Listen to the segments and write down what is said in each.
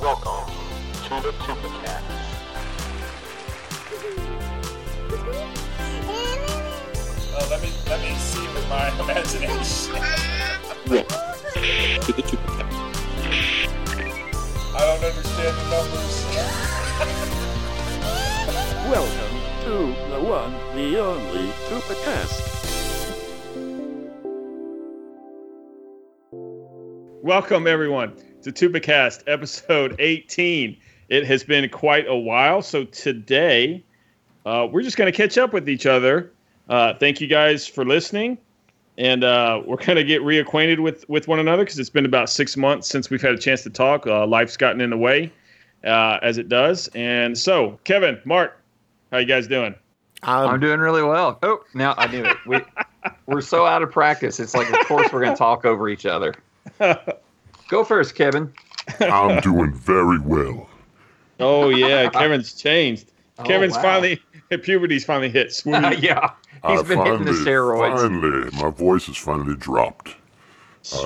Welcome to the Supercast. Uh, let me let me see with my imagination. Welcome to the Supercast. I don't understand the numbers. Welcome to the one, the only Supercast. Welcome everyone to Tubacast episode 18. It has been quite a while, so today uh, we're just going to catch up with each other. Uh, thank you guys for listening, and uh, we're going to get reacquainted with with one another because it's been about six months since we've had a chance to talk. Uh, life's gotten in the way, uh, as it does. And so, Kevin, Mark, how you guys doing? I'm doing really well. Oh, now I knew it. We, we're so out of practice. It's like, of course, we're going to talk over each other. Go first, Kevin. I'm doing very well. Oh yeah, Kevin's changed. Oh, Kevin's wow. finally puberty's finally hit. Swoon. yeah, he's I been hitting the steroids. Finally, my voice is finally dropped.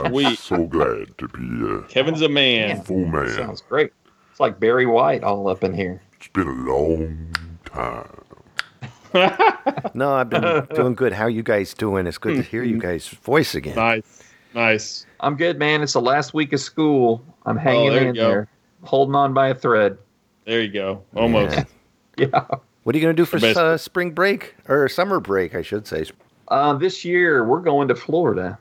I'm Sweet. so glad to be Kevin's a man. a full man. Sounds great. It's like Barry White all up in here. It's been a long time. No, I've been doing good. How you guys doing? It's good to hear you guys' voice again. Nice, nice. I'm good, man. It's the last week of school. I'm hanging Oh, there you in go. there, holding on by a thread. There you go. Almost. Yeah. Yeah. What are you going to do for Best- uh, spring break or summer break? I should say. Uh, this year we're going to Florida.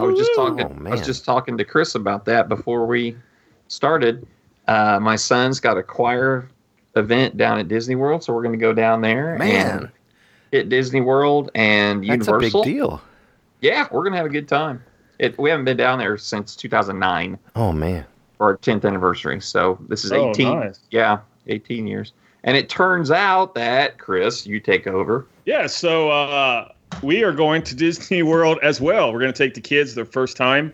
I was just talking. Oh, I was man. just talking to Chris about that before we started. Uh, my son's got a choir event down at Disney World, so we're going to go down there. Man. and hit Disney World and That's Universal. a big deal. Yeah, we're going to have a good time. It, we haven't been down there since 2009 Oh man, for our 10th anniversary. So this is Oh, 18. nice. Yeah, 18 years. And it turns out that Chris, you take over. Yeah. So uh, we are going to Disney World as well. We're going to take the kids their first time.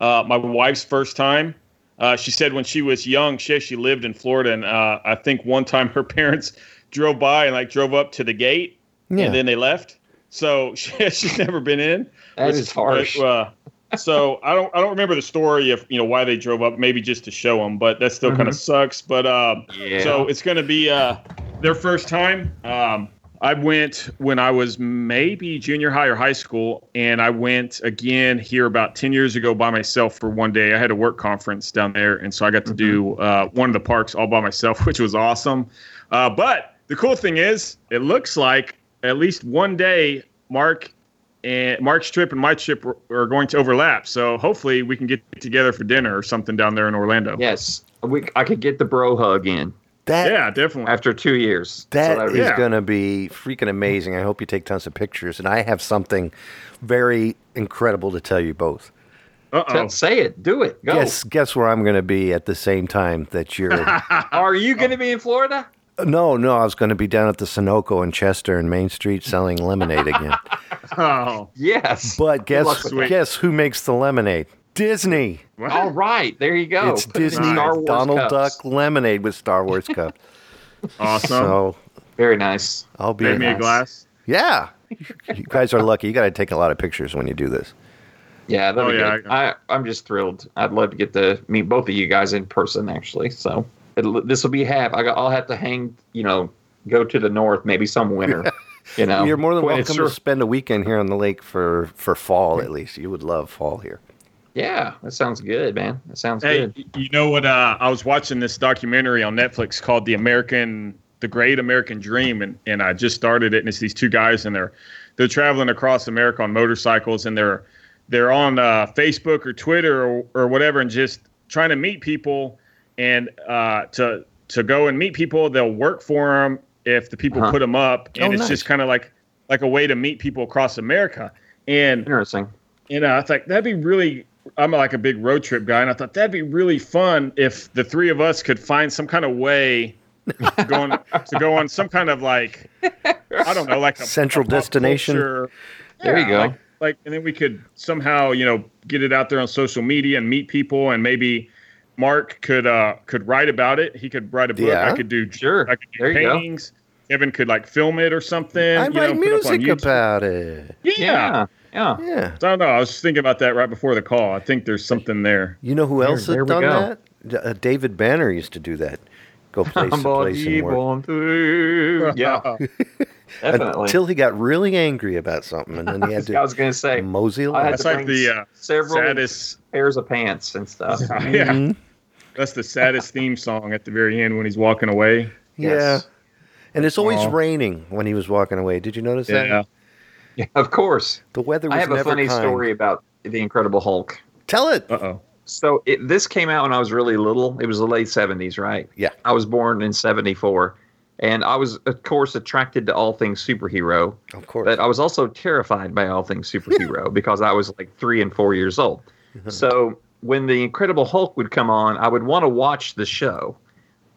Uh, my wife's first time. Uh, she said when she was young, she actually lived in Florida, and uh, I think one time her parents drove by and like drove up to the gate, yeah. and then they left. So she, she's never been in. That Which- is harsh. but, uh, so I don't I don't remember the story of you know why they drove up, maybe just to show them, but that Mm-hmm. still kind of sucks. But um, yeah. So it's going to be uh, their first time. Um, I went when I was maybe junior high or high school, and I went again here about 10 years ago by myself for one day. I had a work conference down there, and so I got to do uh, one of the parks all by myself, which was awesome. Uh, but the cool thing is, it looks like at least one day, Mark and Mark's trip and my trip are- are going to overlap. So hopefully we can get together for dinner or something down there in Orlando. Yes, we, I could get the bro hug in that yeah definitely. after two years. that would is be- yeah. going to be freaking amazing. I hope you take tons of pictures, and I have something very incredible to tell you both. Uh-oh. Tell- say it, do it, go. Guess guess where I'm going to be at the same time that you're. Are you going to be in Florida? no, no, I was going to be down at the Sunoco in Chester and Main Street selling lemonade again. Oh. Yes. But luck guess with that. guess who makes the lemonade? Disney. All right, there you go. it's Put it in Disney Star Wars Donald cups. Duck lemonade with Star Wars cup. Awesome. So Very nice. I'll be. Made me a glass. Yeah, you guys are lucky. You got to take a lot of pictures when you do this. Yeah, that'd Oh, be yeah, good. I, I'm just thrilled. I'd love to get to meet both of you guys in person, actually. So this will be half. I got, I'll have to hang, you know, go to the north maybe some winter. You know, You're more than when it's welcome sur- to spend a weekend here on the lake for for fall at least. You would love fall here. yeah, that sounds good, man. That sounds Hey, good. y- you know what? Uh, I was watching this documentary on Netflix called "The American, The Great American Dream," and and I just started it. And it's these two guys, and they're they're traveling across America on motorcycles, and they're they're on uh, Facebook or Twitter or, or whatever, and just trying to meet people and uh, to to go and meet people. They'll work for them if the people put 'em Uh-huh. put them up, and Oh, it's nice. just kind of like like a way to meet people across America. And Interesting. you know, I thought that'd be really. I'm like a big road trip guy, and I thought that'd be really fun if the three of us could find some kind of way to go on, to go on some kind of like I don't know, like a Central a pop destination. culture. There you Yeah, go. Like, like, and then we could somehow, you know, get it out there on social media and meet people, and maybe Mark could uh could write about it. He could write a book. Yeah. I could do Sure. I could do There you go. paintings. Kevin could like film it or something. I you know, put write up on music YouTube. about it. Yeah. Yeah. Yeah. Yeah. I don't know. I was thinking about that right before the call. I think there's something there. You know who else there had we done go. that? D- Uh, David Banner used to do that. Go place to place Somebody and work. want to- Yeah. Definitely. Until he got really angry about something, and then he had I to Mm. was gonna say mosey I along. had That's to like bring the uh, several saddest. pairs of pants and stuff. Mm-hmm. Yeah, that's the saddest theme song at the very end when he's walking away. Yes. Yeah. And it's always Aw. raining when he was walking away. Did you notice Yeah, that? Yeah, of course. The weather was I have a never funny kind. story about the Incredible Hulk. Tell it. uh oh. So it, this came out when I was really little. It was the late seventies, right? Yeah. I was born in seventy four, and I was, of course, attracted to all things superhero. Of course. But I was also terrified by all things superhero because I was like three and four years old. Mm-hmm. So when the Incredible Hulk would come on, I would want to watch the show.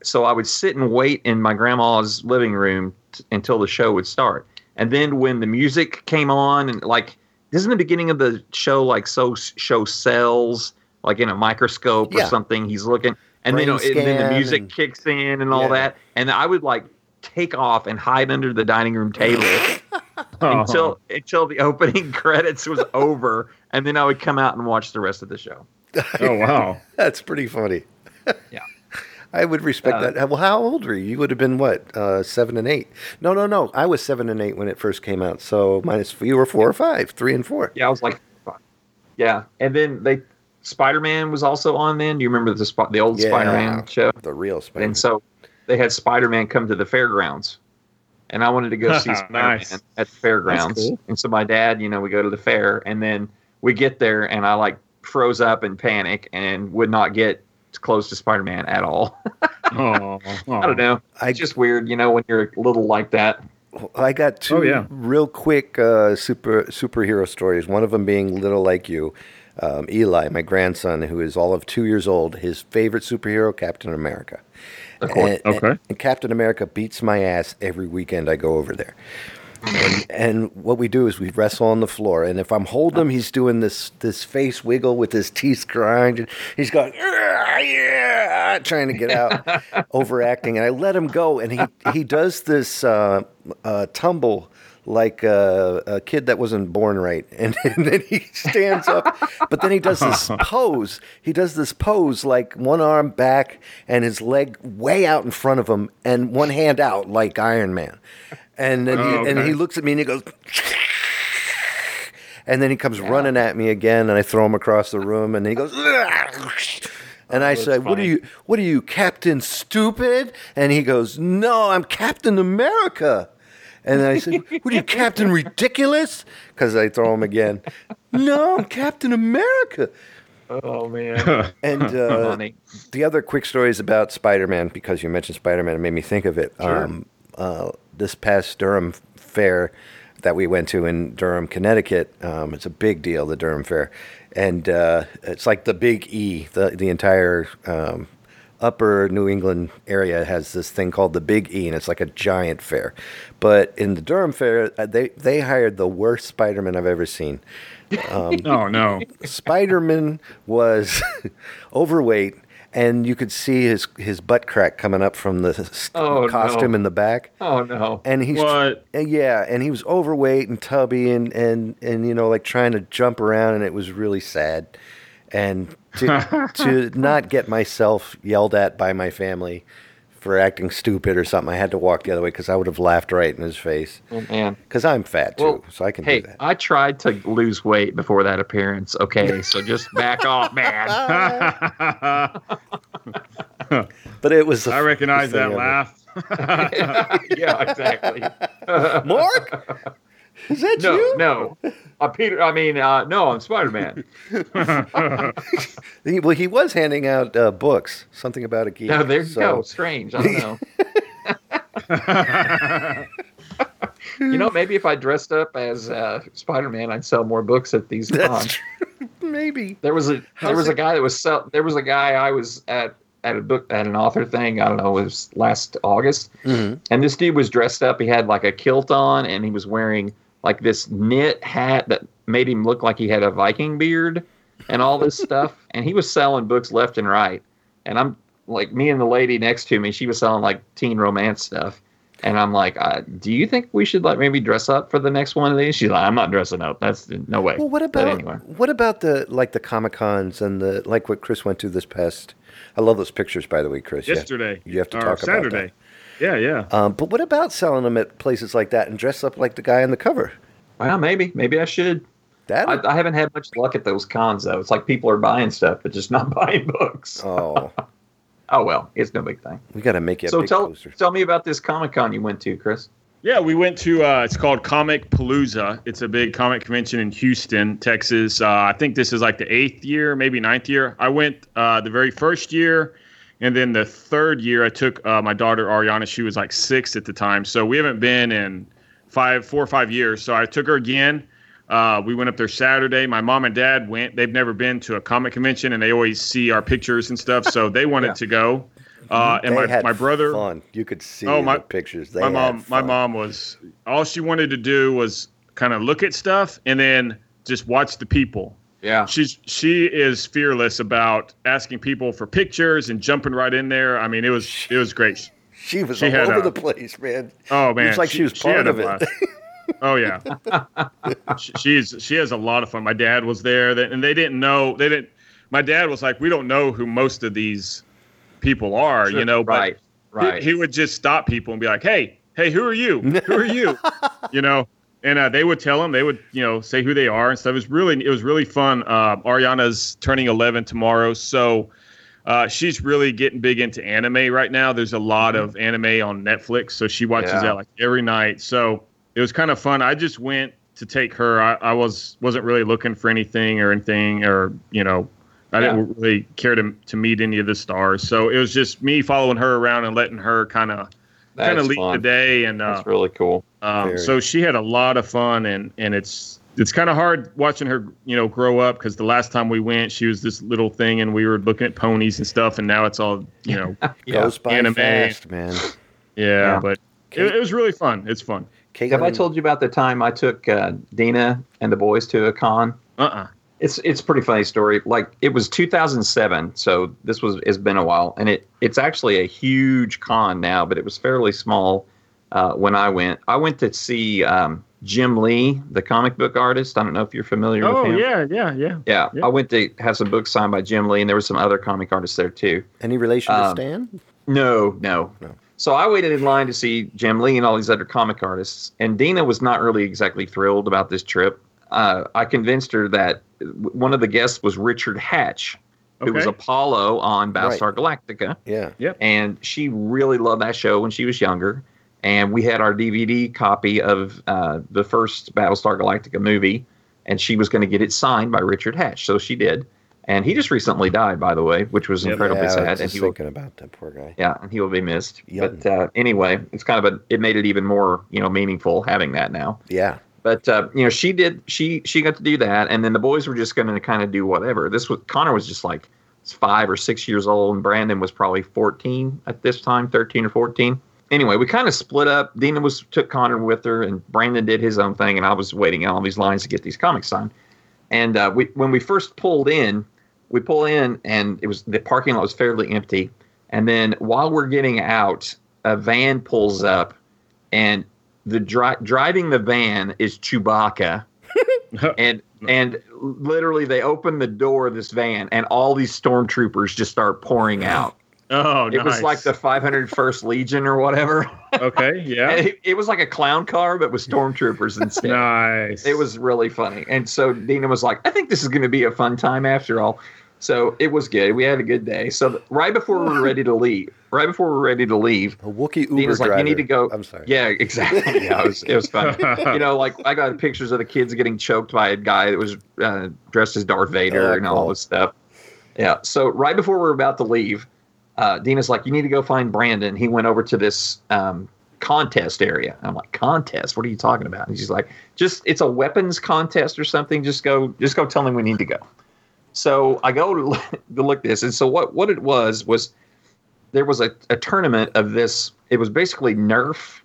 So I would sit and wait in my grandma's living room t- until the show would start. And then when the music came on, and like, isn't the beginning of the show like so show cells like in a microscope Yeah. or something? He's looking, and then, Brain and then the scan music and- kicks in and all Yeah. that. And I would like take off and hide under the dining room table Uh-huh. Oh, until until the opening credits was over, and then I would come out and watch the rest of the show. oh wow. That's pretty funny. Yeah. I would respect Uh, that. Well, how old were you? You would have been what, uh, seven and eight? No, no, no. I was seven and eight when it first came out. So minus you were four or five, three and four. Yeah, I was like, fuck. yeah. And then they Spider Man was also on. Then do you remember the spot the old Yeah. Spider Man show? The real Spider. And so they had Spider Man come to the fairgrounds. And I wanted to go see Spider Man Nice. at the fairgrounds. That's cool. And so my dad, you know, we go to the fair and then we get there and I like froze up in panic and would not get close to Spider Man at all. Oh, I don't know. I- it's just weird, you know, when you're little like that. I got two Oh, yeah. real quick uh, super superhero stories. One of them being little like you, um, Eli, my grandson, who is all of two years old. His favorite superhero, Captain America. Of course. And- Okay. and Captain America beats my ass every weekend I go over there. And, and what we do is we wrestle on the floor, and if I'm holding him, he's doing this this face wiggle with his teeth grinding. He's going, "Ah, yeah, trying to get out, overacting, and I let him go, and he he does this uh, uh, tumble like a, a kid that wasn't born right, and, and then he stands up, but then he does this pose. He does this pose like one arm back and his leg way out in front of him, and one hand out like Iron Man, and then Oh, he, and okay. he looks at me and he goes. And then he comes running at me again, and I throw him across the room, and he goes, and I said, "What are you? What are you, Captain Stupid?" And he goes, "No, I'm Captain America." And I said, "What are you, Captain Ridiculous?" Because I throw him again. No, I'm Captain America. Oh man. And uh, Funny. the other quick story is about Spider Man because you mentioned Spider Man. It made me think of it. Um, uh, this past Durham Fair that we went to in Durham, Connecticut, um, it's a big deal, the Durham Fair. And uh, it's like the big E, the, the entire um, upper New England area has this thing called the Big E, and it's like a giant fair. But in the Durham Fair, uh, they, they hired the worst Spider Man I've ever seen. Oh no. Spider-Man was overweight, and you could see his his butt crack coming up from the s- Oh, costume no. in the back. Oh no. And he's What? and yeah, and he was overweight and tubby, and and and you know like trying to jump around, and it was really sad. And to to not get myself yelled at by my family for acting stupid or something, I had to walk the other way because I would have laughed right in his face. Oh man. Because I'm fat too, Well, so I can Hey, do that. I tried to lose weight before that appearance. Okay, so just back off, man. I But it was I recognize that laugh. yeah, exactly. Mark, is that you? No, no. Uh, Peter, I mean, uh, no, I'm Spider Man. He, well, he was handing out uh, books, something about a geek. No, there you so- go. Strange. I don't know. you know, maybe if I dressed up as uh, Spider Man, I'd sell more books at these cons. That's true. Maybe. There was a there How's was a it- guy that was sell, there was a guy I was at at a book at an author thing I don't know it was last August Mm-hmm. and this dude was dressed up he had like a kilt on and he was wearing like this knit hat that made him look like he had a Viking beard and all this stuff and he was selling books left and right and I'm like me and the lady next to me she was selling like teen romance stuff And I'm like, uh, do you think we should like maybe dress up for the next one of these? She's like, I'm not dressing up. That's no way. Well, what But about anyway? what about the like the comic cons and the like what Chris went to this past? I love those pictures, by the way, Chris. You have- Yesterday. You have to or talk about that. Saturday. Yeah, yeah. Um, but what about selling them at places like that and dress up like the guy on the cover? Well, maybe, maybe I should. That I, I haven't had much luck at those cons though. It's like people are buying stuff, but just not buying books. Oh, oh, well, it's no big thing. we got to make it. a so big tell poster. tell me about this Comic Con you went to, Chris. Yeah, we went to uh, it's called Comic Palooza. It's a big comic convention in Houston, Texas. Uh, I think this is like the eighth year, maybe ninth year. I went uh, the very first year, and then the third year I took uh, my daughter Ariana. She was like six at the time, so we haven't been in five, four or five years. So I took her again. Uh, we went up there Saturday. My mom and dad went. They've never been to a comic convention, and they always see our pictures and stuff, so they wanted to go. Uh, and They my, had my brother. fun. You could see Oh, my- the pictures. They my had mom my fun. mom was all she wanted to do was kind of look at stuff and then just watch the people Yeah. she's she is fearless about asking people for pictures and jumping right in there i mean it was it was great She was she all had over a- the place, man. oh man it was like she, was had part a of it. blast. oh yeah She- she's she has a lot of fun my dad was there that, and they didn't know they didn't my dad was like we don't know who most of these people are you know but right, right. He, he would just stop people and be like, "Hey, hey, who are you? Who are you?" you know, and uh, they would tell him. They would, you know, say who they are and stuff. It was really, it was really fun. Uh, Ariana's turning 11 tomorrow, so uh, she's really getting big into anime right now. There's a lot of anime on Netflix, so she watches Mm-hmm. Yeah. that like every night. So it was kind of fun. I just went to take her. I, I was wasn't really looking for anything or anything or you know. I didn't really care to to meet any of the stars, so it was just me following her around and letting her kind of That's kind of lead the fun. day. And uh, That's really cool. um, Very. so she had a lot of fun, and and it's it's kind of hard watching her, you know, grow up because the last time we went, she was this little thing, and we were looking at ponies and stuff, and now it's all, you know, Yeah. Goes by Anime. fast, man. yeah. Yeah. But it, it was really fun. It's fun. Have I Caitlin- told you about the time I took uh, Dina and the boys to a con? Uh uh It's it's a pretty funny story. Like it was 2007, so this was it's been a while, and it it's actually a huge con now, but it was fairly small uh, when I went. I went to see um, Jim Lee, the comic book artist. I don't know if you're familiar Oh with him. yeah, yeah, yeah. yeah, Yeah. I went to have some books signed by Jim Lee, and there were some other comic artists there too. any relation to Um, Stan? No, no. No. So I waited in line to see Jim Lee and all these other comic artists, and Dina was not really exactly thrilled about this trip. Uh, I convinced her that uh, one of the guests was Richard Hatch, who was Okay. Apollo on Battlestar Galactica, Yeah. and she really loved that show when she was younger. And we had our DVD copy of uh, the first Battlestar Galactica movie, and she was going to get it signed by Richard Hatch, so she did. And he just recently died, by the way, which was Yeah, incredibly yeah, I sad. was And just he will thinking about that poor guy. yeah, and he will be missed. Yep. But uh, anyway, it's kind of a it made it even more you know meaningful having that now. Yeah. But uh, you know she did she she got to do that, and then the boys were just going to kind of do whatever. This was Connor was just like five or six years old, and Brandon was probably fourteen at this time, thirteen or fourteen. Anyway, we kind of split up. Dina was took Connor with her, and Brandon did his own thing, and I was waiting in all these lines to get these comics signed. And uh, we, when we first pulled in, we pull in, and it was the parking lot was fairly empty. And then while we're getting out, a van pulls up, and the dri- driving the van is Chewbacca, and and literally they open the door of this van, and all these stormtroopers just start pouring out. Oh, It was nice. like the 501st Legion or whatever. okay, yeah, It, it was like a clown car, but with stormtroopers instead. nice. It was really funny. And so Dina was like, I think this is going to be a fun time after all. So it was good. We had a good day. So th- right before we were ready to leave, right before we were ready to leave, A Wookiee Uber Dina's like, driver. you need to go. I'm sorry. Yeah, exactly. Yeah, it was, it was fun. you know, like I got pictures of the kids getting choked by a guy that was uh, dressed as Darth Vader Oh, and all cool. this stuff. Yeah. So right before we were about to leave, uh, Dina's like, you need to go find Brandon. He went over to this um, contest area. I'm like, contest? What are you talking about? And she's like, just it's a weapons contest or something. Just go, just go tell him we need to go. So I go to look, to look this, and so what what it was was there was a, a tournament of this. It was basically Nerf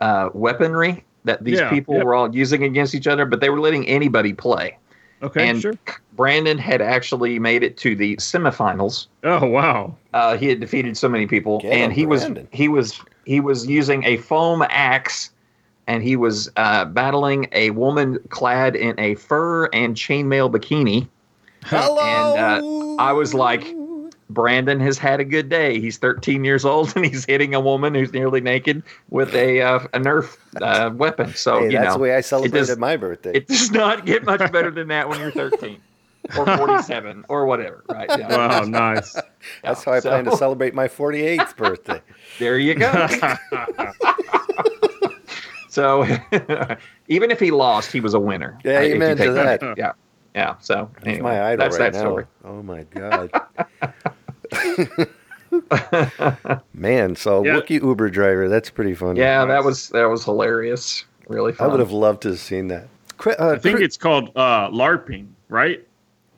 uh, weaponry that these Yeah, people yeah. were all using against each other, but they were letting anybody play. Okay, and sure. Brandon had actually made it to the semifinals. Oh wow. Uh, he had defeated so many people, Get and him, he was Brandon. he was he was using a foam axe, and he was uh, battling a woman clad in a fur and chainmail bikini. Hello. And, uh, I was like- Brandon has had a good day. He's 13 years old, and he's hitting a woman who's nearly naked with a uh, a Nerf uh, weapon. So hey, you that's know, the way I it celebrated does, my birthday. it does not get much better than that when you're 13 or 47 or whatever. Right? Yeah. Wow, nice. that's how I so- plan to celebrate my 48th birthday. There you go. so even if he lost, he was a winner. Yeah, If you amen to take that. Yeah. Yeah. So That's anyway, my idol that's right that now. story. Oh my god. Man, so Yeah. Wookiee Uber driver, that's pretty funny. Yeah, that was that was hilarious. Really I fun. would have loved to have seen that. Cri- uh, I think Cri- it's called uh, LARPing, right?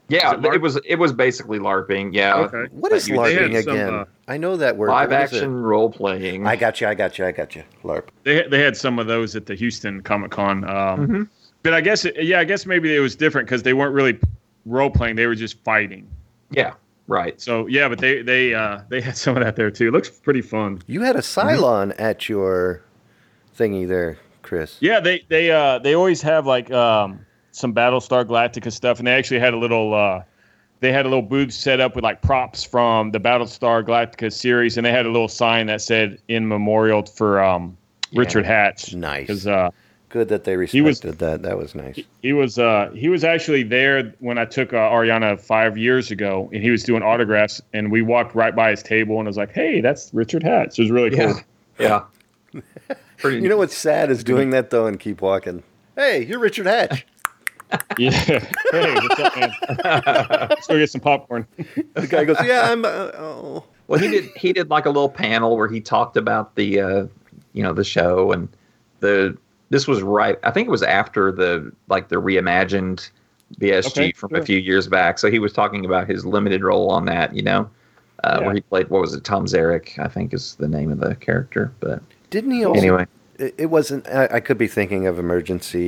Yeah, Is it LARP? it was it was basically LARPing. Yeah. Okay. what is but you- they had LARPing some, again? uh, I know that word. Live What is it? action role playing. I got you. I got you. I got you. LARP. They they had some of those at the Houston Comic Con. Um, Mhm. But I guess yeah, I guess maybe it was different because they weren't really role playing; they were just fighting. Yeah. Right. So yeah, but they they uh, they had some of that there too. Looks pretty fun. You had a Cylon at your thingy there, Chris. Yeah, they they uh, they always have like um, some Battlestar Galactica stuff, and they actually had a little uh, they had a little booth set up with like props from the Battlestar Galactica series, and they had a little sign that said "In Memorial for um, Richard Hatch." Nice. Because uh, Good that they respected was- that. That was nice. he was uh, he was actually there when I took uh, Ariana five years ago, and he was doing autographs, and we walked right by his table, and I was like, "Hey, that's Richard Hatch." It was really Yeah. cool. Yeah. Pretty. You know what's sad is doing that though and keep walking. Hey, you're Richard Hatch. Yeah. hey, what's up, man? Let's go get some popcorn. The guy goes, "Yeah, I'm." Uh, oh. Well, he did. He did like a little panel where he talked about the, uh, you know, the show and the. This was right. I think it was after the like the reimagined BSG Okay, from sure. a few years back. So he was talking about his limited role on that. You know, uh, Yeah. where he played what was it? Tom Zarek, I think, is the name of the character. But Didn't he also? anyway, It it wasn't. I, I could be thinking of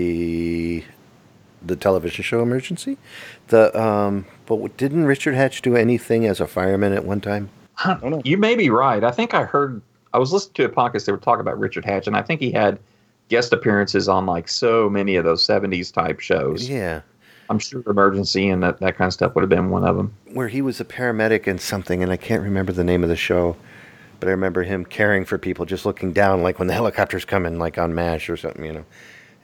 Emergency, the television show Emergency. The um, but w- didn't Richard Hatch do anything as a fireman at one time? Huh, don't know. you may be right. I think I heard. I was listening to a podcast. They were talking about Richard Hatch, and I think he had guest appearances on like so many of those '70s type shows. Yeah, I'm sure Emergency and that, that kind of stuff would have been one of them. where he was a paramedic in something, and I can't remember the name of the show, but I remember him caring for people, just looking down, like when the helicopters coming, like on Mash or something, you know.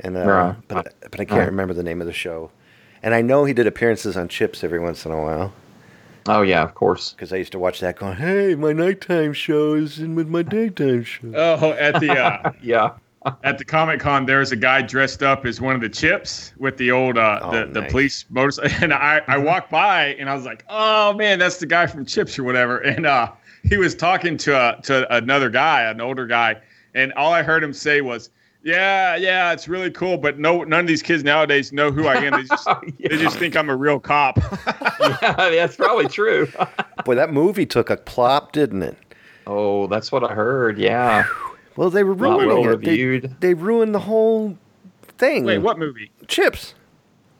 And uh, Right. but but I can't Right. remember the name of the show, and I know he did appearances on Chips every once in a while. Oh yeah, of course. because I used to watch that going, hey, my nighttime show is in with my daytime show. Oh, at the uh, Yeah. at the Comic Con, there's a guy dressed up as one of the chips with the old uh, Oh, the, the nice. police motorcycle. And I I walked by and I was like, oh man, that's the guy from Chips or whatever. And uh, he was talking to uh, to another guy, an older guy, and all I heard him say was. Yeah, yeah, it's really cool, but no, none of these kids nowadays know who I am. They just, they just think I'm a real cop. Oh, that's probably true. Boy, that movie took a plop, didn't it? Oh, that's what I heard. Yeah. Well, they were Not ruining well it. They, reviewed. they ruined the whole thing. Wait, what movie? Chips.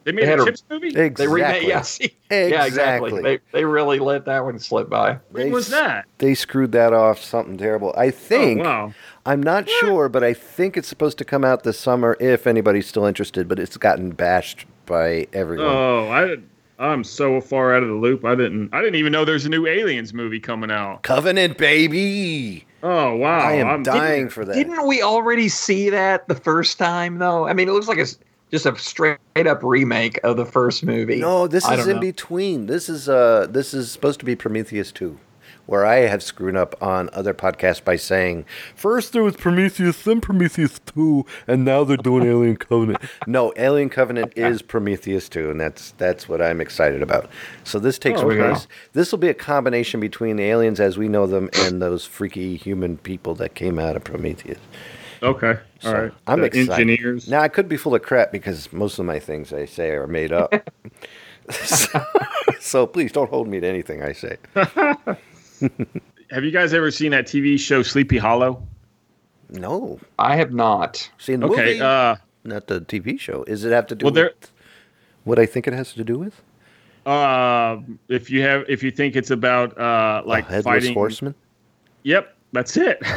They made They had a a- Chips movie? They Exactly. remade. Yeah. See, Yeah. Exactly. Exactly. They they really let that one slip by. When They was s- that? They screwed that off something terrible. I think. Oh, wow. I'm not sure, but I think it's supposed to come out this summer if anybody's still interested, but it's gotten bashed by everyone. Oh, I did- I'm so far out of the loop. I didn't I didn't even know there's a new Aliens movie coming out. Covenant, baby. Oh wow. I am I'm- dying for that. Didn't we already see that the first time though? I mean, it looks like it's just a straight up remake of the first movie. No, this I is don't in know. between. This is uh this is supposed to be Prometheus 2, where I have screwed up on other podcasts by saying first there was Prometheus, then Prometheus 2, and now they're doing Alien Covenant. No, Alien Covenant is Prometheus 2, and that's that's what I'm excited about. So this takes Oh, okay. place. This will be a combination between the aliens as we know them and those freaky human people that came out of Prometheus. Okay. All So, right. I'm The excited. engineers. Now I could be full of crap because most of my things I say are made up. so, so please don't hold me to anything I say. Have you guys ever seen that TV show Sleepy Hollow? No, I have not. see in the Okay. movie, Uh not the TV show. Is it have to do Well, there- with what I think it has to do with? Uh, if you have, if you think it's about uh, A like headless fighting, horseman. yep, that's it.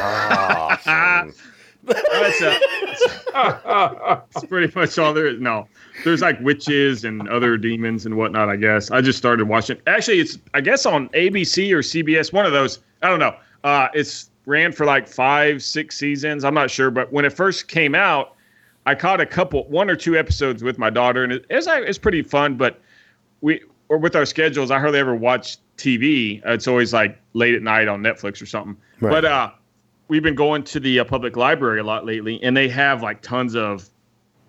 Awesome. that's a, it's pretty much all there is. No, there's like witches and other demons and whatnot. I guess I just started watching. Actually, it's I guess on ABC or CBS, one of those. I don't know. Uh, it's ran for like five, six seasons. I'm not sure, but when it first came out, I caught a couple, one or two episodes with my daughter, and it, it's like- it's pretty fun. But we or with our schedules, I hardly ever watch TV. It's always like late at night on Netflix or something. Right. But uh, we've been going to the uh, public library a lot lately, and they have like tons of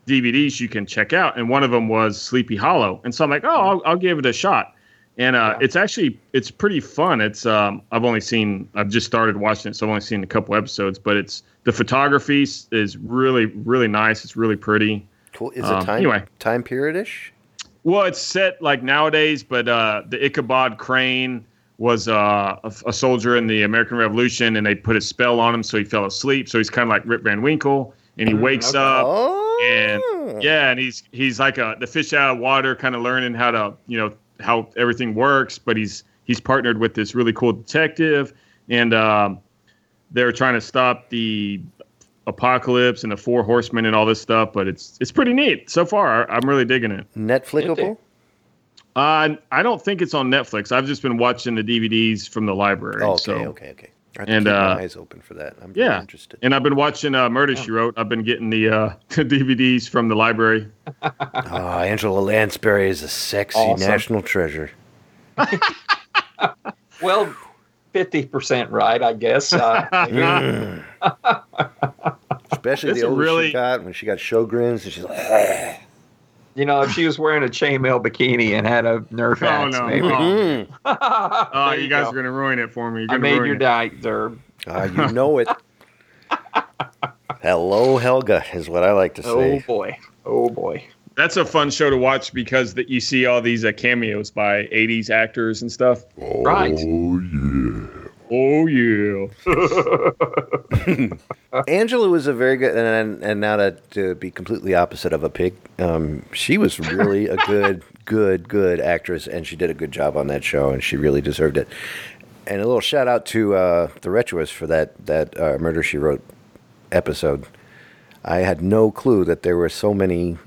DVDs you can check out. And one of them was Sleepy Hollow, and so I'm like, oh, I'll, I'll give it a shot. And uh, it's actually it's pretty fun. It's um, I've only seen I've just started watching it, so I've only seen a couple episodes. But it's the photography s- is really really nice. It's really pretty. Cool. Is Um, it time anyway. time period ish? Well, it's set like nowadays, but uh, the Ichabod Crane was uh, a, a soldier in the American Revolution, and they put a spell on him, so he fell asleep. So he's kind of like Rip Van Winkle, and he wakes okay. up, oh, and yeah, and he's he's like a the fish out of water, kind of learning how to you know how everything works. But he's he's partnered with this really cool detective, and um, they're trying to stop the apocalypse and the four horsemen and all this stuff. But it's it's pretty neat so far. I'm really digging it. Netflixable. Uh, I don't think it's on Netflix. I've just been watching the DVDs from the library. Oh, okay, so. okay, okay. I have to and, keep uh, my eyes open for that. I'm yeah. interested. And I've been watching uh, Oh. Murder She Wrote. I've been getting the uh, DVDs from the library. Ah, Angela Lansbury is a sexy Awesome. national treasure. Well, fifty percent right, I guess. Uh, Mm. Especially This the older really- Oh. she got when she got showgrins and she's like, "Ah." you know, if she was wearing a chainmail bikini and had a Nerf Oh, axe, no. maybe. Oh. Mm. Oh, There you, you guys go. are going to ruin it for me. You're I gonna made ruin your it. night, Derb. Ah, you know it. Hello, Helga is what I like to Oh say. boy. Oh boy. That's a fun show to watch because that you see all these uh, cameos by 80s actors and stuff. Oh, Right. yeah. Oh, yeah. Angela was a very good, and and now to, to be completely opposite of a pig, um, she was really a good, good, good actress, and she did a good job on that show, and she really deserved it. And a little shout out to uh, the Retroists for that that uh, Murder She Wrote episode. I had no clue that there were so many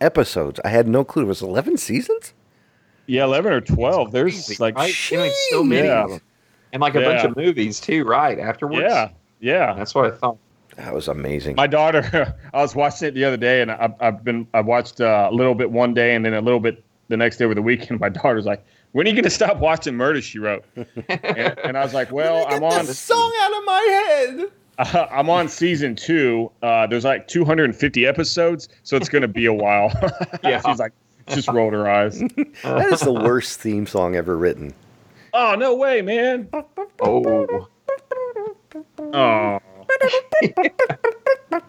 episodes. I had no clue. It was eleven seasons. Yeah, 11 or 12. There's Crazy, like, right? You know, it's so many Yeah. of them. And like a Yeah. bunch of movies too, right? Afterwards. yeah, yeah. That's what I thought. That was amazing. My daughter, I was watching it the other day, and I, I've been I watched uh, a little bit one day, and then a little bit the next day over the weekend. My daughter's like, "When are you going to stop watching Murder She Wrote?" and, and I was like, "Well, I'm on song out of my head. I'm on season two. Uh, there's like 250 episodes, so it's going to be a while." Yeah. she's like, just rolled her eyes. That is the worst theme song ever written. oh no way, man! Oh. Oh. I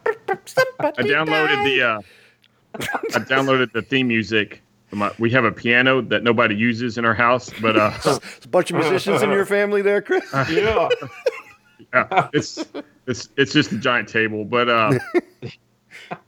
downloaded the uh, I downloaded the theme music. My- We have a piano that nobody uses in our house, but uh, There's a bunch of musicians in your family there, Chris. Yeah. yeah, it's it's it's just a giant table. But uh,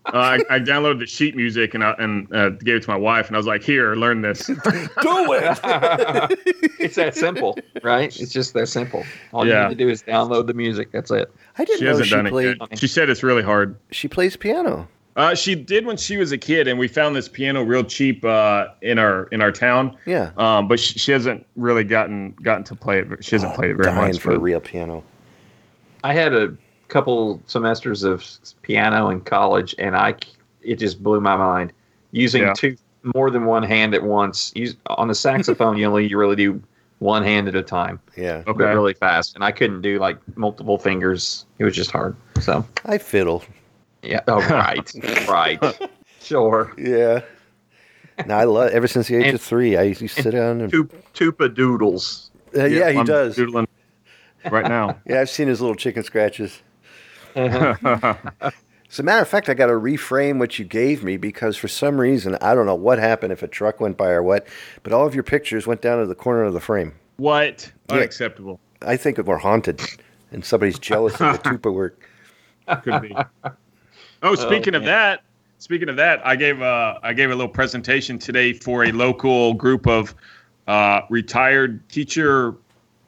I, I downloaded the sheet music and I, and uh, gave it to my wife, and I was like, "Here, learn this." Do it. it's that simple, right? It's just that simple. All Yeah. you need to do is download the music. That's it. I didn't She know hasn't she done played. it yet. She said it's really hard. She plays piano. Uh, she did when she was a kid, and we found this piano real cheap uh, in our in our town. Yeah. Um, but she, she hasn't really gotten gotten to play it. ver- She hasn't Oh, played it very dying much. for a but- real piano. I had a couple semesters of s- piano in college, and I c- it just blew my mind using Yeah. two more than one hand at once. Use, on the saxophone, you only you really do one hand at a time, Oh. Yeah. but really fast. And I couldn't do like multiple fingers. It was just hard. So I fiddle. yeah, oh, right, right, sure. Yeah. Now I love. Ever since the age And- of three, I used to sit down and. Tup- Tupa doodles. Uh, yeah, he I'm does. doodling right now. Yeah, I've seen his little chicken scratches. yeah, As a matter of fact, I got to reframe what you gave me because for some reason I don't know what happened if a truck went by or what, but all of your pictures went down to the corner of the frame. what unacceptable I think we're haunted, and somebody's jealous of the tupa work. Oh, could be. Oh, speaking of that, Speaking of that, I gave a I gave a little presentation today for a local group of uh, retired teacher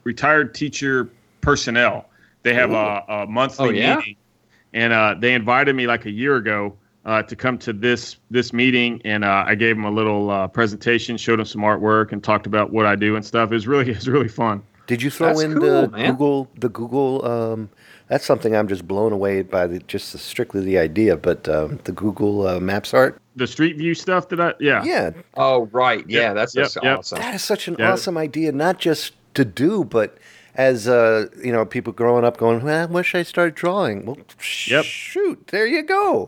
retired teacher personnel. They have a, a monthly Oh, yeah? meeting, and uh, they invited me like a year ago uh, to come to this this meeting, and uh, I gave them a little uh, presentation, showed them some artwork, and talked about what I do and stuff. It was really it was really fun. Did you throw That's in the cool, man. Google? The Google. Um, that's something I'm just blown away by. The, just the, strictly the idea, but um, the Google uh, Maps art. The street view stuff that I yeah Yeah, Oh, right. Yeah, that's Yep, that's yep. awesome. that is such an Yeah. awesome idea. Not just to do, but as uh, you know, people growing up going, well, "I wish I started drawing." Well, Yep. shoot, there you go.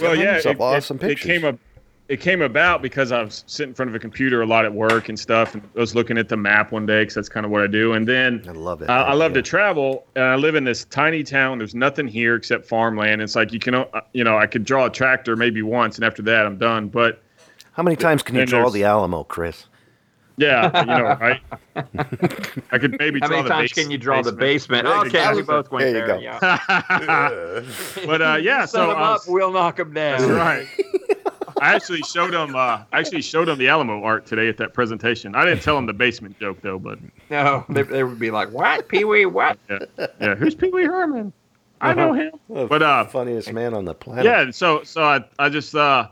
well, yeah, tons of awesome it, pictures. It came up. It came about because I was sitting in front of a computer a lot at work and stuff, and I was looking at the map one day because that's kind of what I do. And then I love it. I, I love Yeah. to travel, and I live in this tiny town. There's nothing here except farmland. It's like you can, o- uh, you know, I could draw a tractor maybe once, and after that, I'm done. But How many times can you And draw there's- the Alamo, Chris? yeah, you know, right? I could maybe. How draw many the times base- can you draw the basement? Right, okay, we exactly. both went There there. you go. Yeah. but uh, yeah, Set so them I up, was- we'll knock them That's down. right. I actually showed him. Uh, I actually showed him the Alamo art today at that presentation. I didn't tell him the basement joke though, but No, they, they would be like, what? Pee Wee, what? yeah, who's Pee Wee Herman? I know him. But uh, Funniest man on the planet. yeah, and so so I I just uh,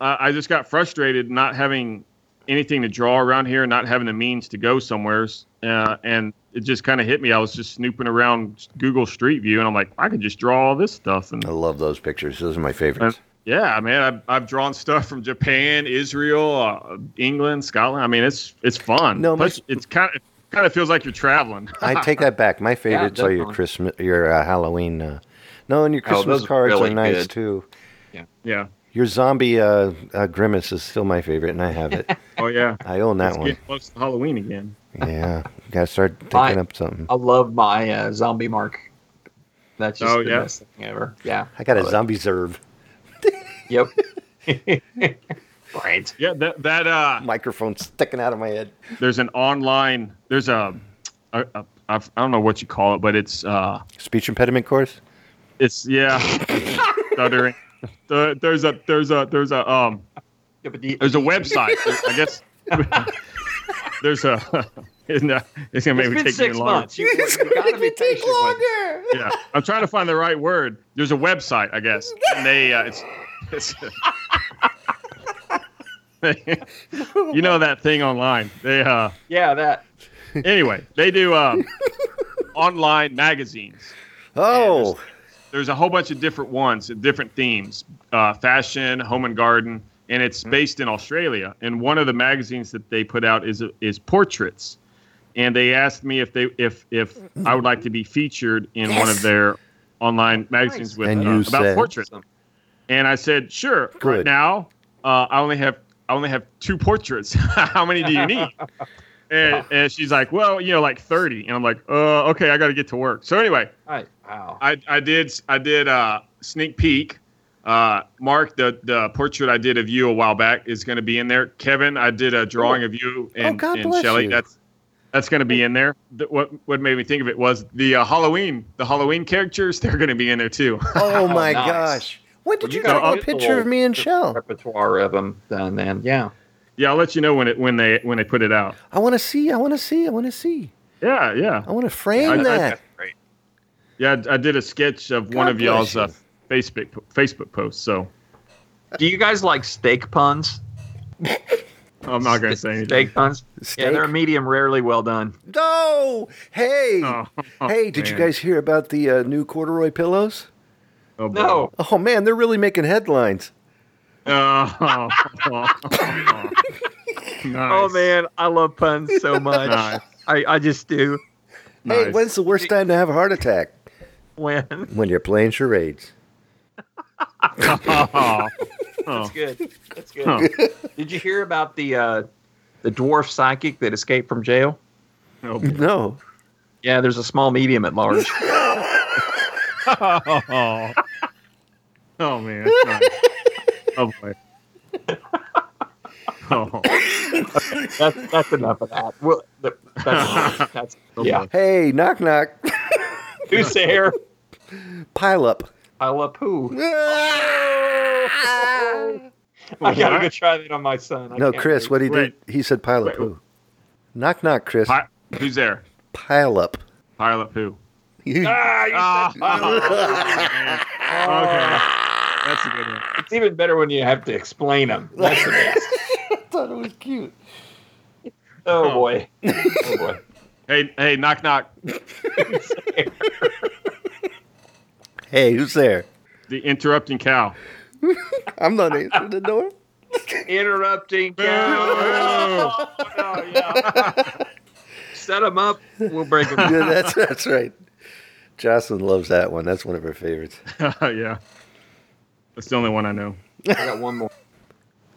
I I just got frustrated not having anything to draw around here, not having the means to go somewheres, uh, and it just kind of hit me. I was just snooping around Google Street View, and I'm like, I could just draw all this stuff, and I love those pictures. Those are my favorites. Yeah, man, I've, I've drawn stuff from Japan, Israel, uh, England, Scotland. I mean, it's it's fun. No, my- Plus, it's kind of kind of feels like you're traveling. I take that back. My favorites are your definitely. Oh, Christmas, your uh, Halloween. Uh, no, and your Christmas those are cards really are nice good. too. yeah. Your zombie uh, uh, grimace is still my favorite, and I have it. Oh yeah. I own that It's one. getting close to Halloween again. Yeah, gotta start thinking Fine. up something. I love my uh, zombie mark. That's just Oh, the yeah? best thing ever. Yeah. I got a Love it. zombie zerb Yep. right. Yeah, that that uh, microphone sticking out of my head. there's an online there's a, a, a I don't know what you call it, but it's uh, Speech impediment course. it's yeah, stuttering. There- There's a there's a there's a um Yeah, but the, there's a website. I guess there's a. Isn't that, it's gonna it's maybe been take six me longer. months. You, you gotta be patient. with it. yeah, I'm trying to find the right word. There's a website, I guess, and they uh, it's, it's you know that thing online. They uh Yeah, that. anyway, they do uh, online magazines. Oh, There's a whole bunch of different ones, and different themes, uh, fashion, home and garden, and it's based in Australia. And one of the magazines that they put out is is portraits. And they asked me if they if if I would like to be featured in one of their online magazines Nice. with And uh, you about said- portraits. And I said, sure. Good. Right now, uh, I only have I only have two portraits. How many do you need? And, and she's like, well, you know, like thirty. And I'm like, uh, okay, I got to get to work. So anyway, All right. Wow. I, I did I did uh, sneak peek. Uh, Mark, the the portrait I did of you a while back is going to be in there. Kevin, I did a drawing of you and, Oh, God and bless Shelly. you. That's that's going to be in there. Th- what what made me think of it was the uh, Halloween the Halloween characters. They're going to be in there too. oh my nice. gosh! When did Well, you, you take gotta a get the picture of little- me and Shell? Repertoire of them done then. Yeah. yeah, I'll let you know when it when they when they put it out. I want to see. I want to see. I want to see. Yeah, yeah, I want to frame I- I- that. great. yeah. I, I did a sketch of one God of y'all's uh, bless Facebook Facebook posts. So Do you guys like steak puns? I'm not going to say anything. Steak puns? Yeah, Steak? they're medium, rarely well done. No. Hey. Oh, hey, did you man. guys hear about the uh, new corduroy pillows? Oh, boy. No. Oh man, they're really making headlines. Oh, Oh man, I love puns so much. Nice. I, I just do Hey, Nice. when's the worst time to have a heart attack? when. When you're playing charades. Oh. Oh. That's good. That's good. Huh. Did you hear about the uh, the dwarf psychic that escaped from jail? Oh. No. Yeah, there's a small medium at large. Oh. Oh, man. Nice. Oh boy. Oh. that's, that's enough of that. Well, the, that's, that's, yeah. Hey, knock knock. Who's there? Pile up. pile up poo. no, I gotta go try that on my son. I can't Chris, wait. what he Wait. did, he said pile up Wait, wait. poo. Knock, knock, Chris. Pi- who's there? Pile up. Pilot who? You- Ah, you said- okay. That's a good one. it's even better when you have to explain them. That's the best. thought it was cute. Oh boy. Oh boy. Hey, hey, knock, knock. Hey, who's there? The interrupting cow. I'm not answering the door. Interrupting. Oh, Oh, yeah. Set them up. We'll break them. Yeah, that's that's right. Jocelyn loves that one. That's one of her favorites. Oh. yeah. That's the only one I know. I got one more.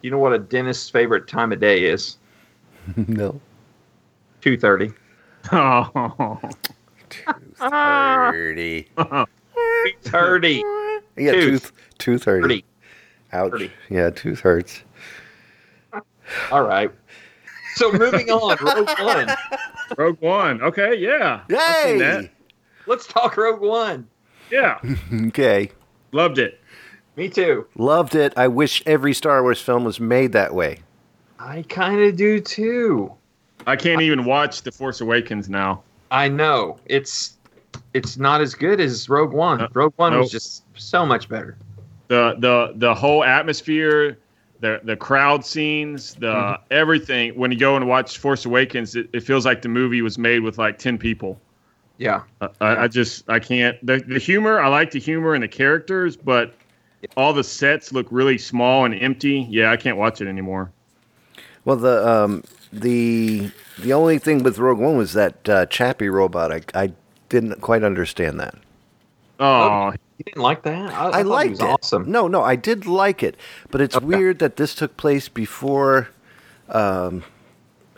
You know what a dentist's favorite time of day is? no. Two thirty. Oh, Thirty. Thirty. Yeah, Tooth. tooth. Tooth hurting. Thirty. Ouch. Thirty. Yeah, tooth hurts. All right. So moving on, Rogue One. Rogue One. Okay, yeah. I've seen that. Yay! Let's talk Rogue One. Yeah. Okay. Loved it. Me too. Loved it. I wish every Star Wars film was made that way. I kind of do too. I can't even watch The Force Awakens now. I know it's it's not as good as Rogue One. Uh, Rogue One was nope. just so much better. The the the whole atmosphere, the the crowd scenes, the everything. When you go and watch Force Awakens, it, it feels like the movie was made with like ten people. Yeah. I, I just I can't the, the humor. I like the humor and the characters, but all the sets look really small and empty. Yeah, I can't watch it anymore. Well, the um, the the only thing with Rogue One was that uh, Chappie robot. I, I didn't quite understand that. Oh, You didn't like that? I, I, thought liked was it. Awesome. No, no, I did like it, but it's weird that this took place before. Oh,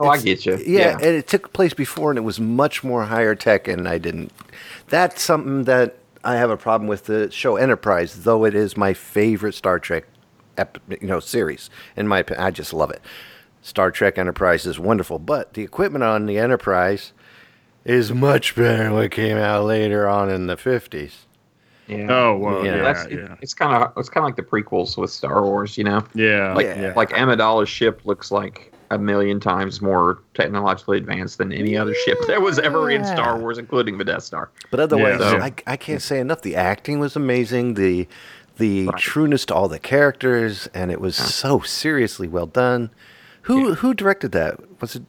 I get you. Yeah, and it took place before, and it was much more higher tech, and I didn't. That's something that I have a problem with the show Enterprise, though it is my favorite Star Trek, ep- you know, series. In my opinion, I just love it. Star Trek Enterprise is wonderful, but the equipment on the Enterprise is much better. than What came out later on in the fifties. yeah. oh, well, Yeah, yeah, yeah, That's, yeah, It's kind of it's kind of like the prequels with Star Wars, you know. yeah, Like Yeah. like Amidala's ship looks like a million times more technologically advanced than any other ship that was ever in Star Wars, including the Death Star. But otherwise, Yeah. I, I can't say enough. The acting was amazing. The the Right. trueness to all the characters, and it was so seriously well done. Who who directed that? Was it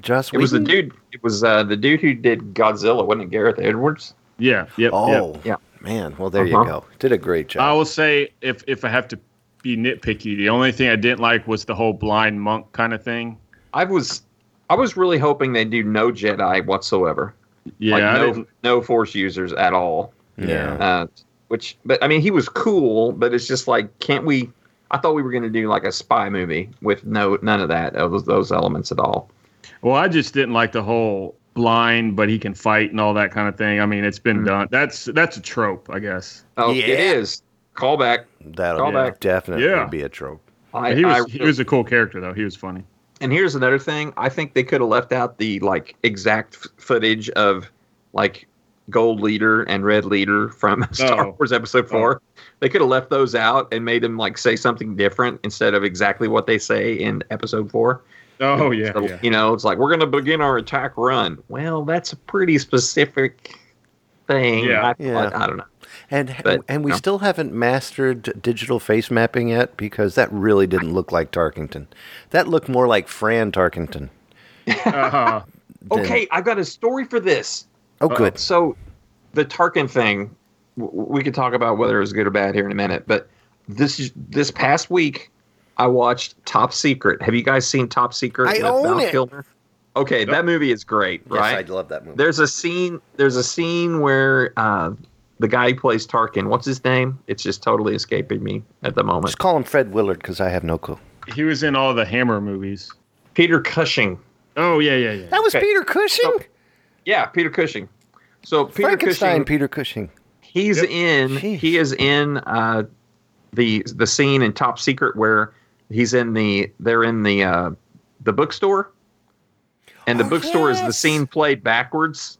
Joss? It was the Whedon? dude. It was uh, the dude who did Godzilla, wasn't it? Gareth Edwards. yeah, yep, Oh, yep. Yeah. man. Well, there you Uh-huh. go. Did a great I job. will say if if I have to be nitpicky, the only thing I didn't like was the whole blind monk kind of thing. I was I was really hoping they do no Jedi whatsoever. Yeah, I like no, didn't- no Force users at all. Oh, yeah. Uh, which, but I mean, he was cool, but it's just like, can't we? I thought we were going to do like a spy movie with no none of that of those, those elements at all. well, I just didn't like the whole blind, but he can fight and all that kind of thing. I mean, it's been Mhm. done. That's that's a trope, I guess. Oh, it Yeah. is callback. That'll Callback. definitely Yeah. be a trope. I, he was I- he was a cool character though. He was funny. and here's another thing. I think they could have left out the like exact f- footage of like Gold Leader and Red Leader from Oh. Star Wars Episode Four. They could have left those out and made them like say something different instead of exactly what they say in Episode Four. Oh yeah, So, yeah. You know, it's like we're going to begin our attack run. Well, that's a pretty specific thing. Yeah. I, Yeah. I, don't know. And But, and we no. still haven't mastered digital face mapping yet because that really didn't look like Tarkington. That looked more like Fran Tarkington. Uh, than- Okay, I've got a story for this. Oh, good. So, the Tarkin thing, w- we could talk about whether it was good or bad here in a minute. But this is this past week, I watched Top Secret. Have you guys seen Top Secret? I own it. Kilmer? Okay, that movie is great, right? Yes, I love that movie. there's a scene. There's a scene where uh, the guy who plays Tarkin. What's his name? It's just totally escaping me at the moment. Just call him Fred Willard because I have no clue. he was in all the Hammer movies. Peter Cushing. Oh yeah, yeah, yeah. That was Okay. Peter Cushing. Oh, So, Yeah, Peter Cushing. So Peter Frankenstein, Cushing, Peter Cushing. he's Yep. in. Jeez. He is in uh, the the scene in Top Secret where he's in the. They're in the uh, the bookstore, and the Oh, bookstore is the yes. scene played backwards.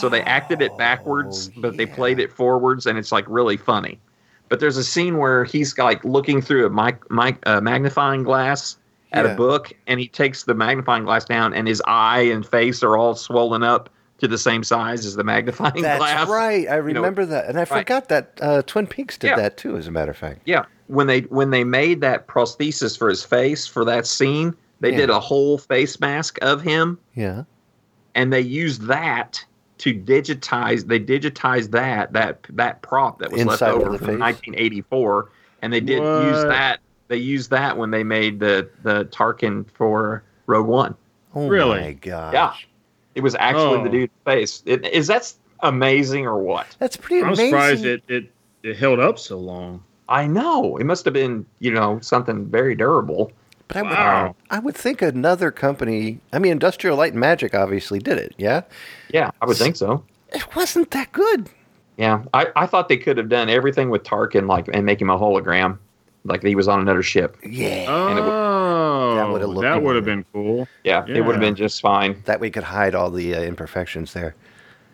So they acted it backwards, Oh, but they yeah. played it forwards, and it's like really funny. But there's a scene where he's like looking through a mic, mic, uh, magnifying glass at Yeah. a book, and he takes the magnifying glass down, and his eye and face are all swollen up to the same size as the magnifying That's glass. right. I know, remember that, and I forgot that uh, Twin Peaks did Yeah. that too. As a matter of fact. Yeah, when they when they made that prosthesis for his face for that scene, they Yeah. did a whole face mask of him, Yeah. and they used that to digitize. They digitized that that that prop that was Inside left of over the from face? 1984, and they did not use What? that. They used that when they made the the Tarkin for Rogue One. Oh Really? my gosh. Yeah, it was actually Oh. the dude's face. It, is that amazing or what? That's pretty I'm amazing. surprised it, it it held up so long. I know it must have been you know something very durable. But I would, Wow. I would think another company. I mean, Industrial Light and Magic obviously did it. Yeah, Yeah, I would think so. it wasn't that good. Yeah, I, I thought they could have done everything with Tarkin, like and make him a hologram, like he was on another ship. Yeah, it would- Oh, That would've looked that would have good. been cool. Yeah, it would Yeah. have been just fine. that we could hide all the uh, imperfections there.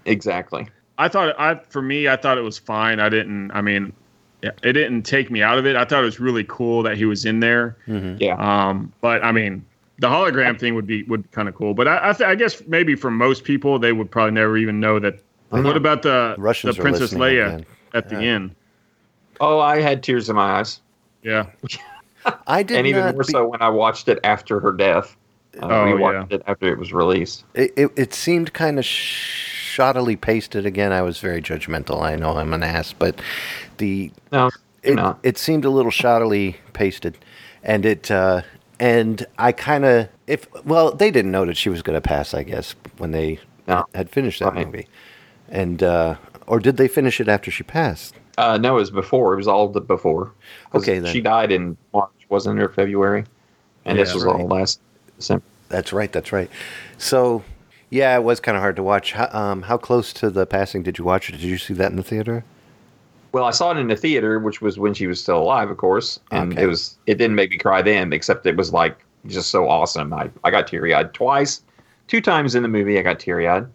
Exactly. I thought I for me, I thought it was fine. I didn't. I mean, yeah, it didn't take me out of it. I thought it was really cool that he was in there. Mm-hmm. Yeah, Um, but I mean, the hologram thing would be would be kind of cool. But I I, th- I guess maybe for most people, they would probably never even know that. I know. What about the The Russians the are Princess listening Leia again. at the Yeah. end? Oh, I had tears in my eyes, Yeah. I did and even not more uh, be- so when I watched it after her death. Uh, Oh, we watched it after it was released. It, it, it seemed kind of sh- shoddily pasted. Again, I was very judgmental. I know I'm an ass, but the No, it, No. it seemed a little shoddily pasted, and it uh, and I kind of if well they didn't know that she was going to pass. I guess when they No. had finished that Right. movie, and uh, or did they finish it after she passed? uh, no, it was before. It was all the before. 'Cause Okay, then. she died in March, wasn't it, or February? And this Yeah, was all right. last December. That's right. That's right. So yeah, it was kind of hard to watch. How, um, how close to the passing did you watch it? Did you see that in the theater? Well, I saw it in the theater, which was when she was still alive, of course, and Okay. it was it didn't make me cry then, except it was like just so awesome. I, I got teary eyed twice, two times in the movie. I got teary eyed.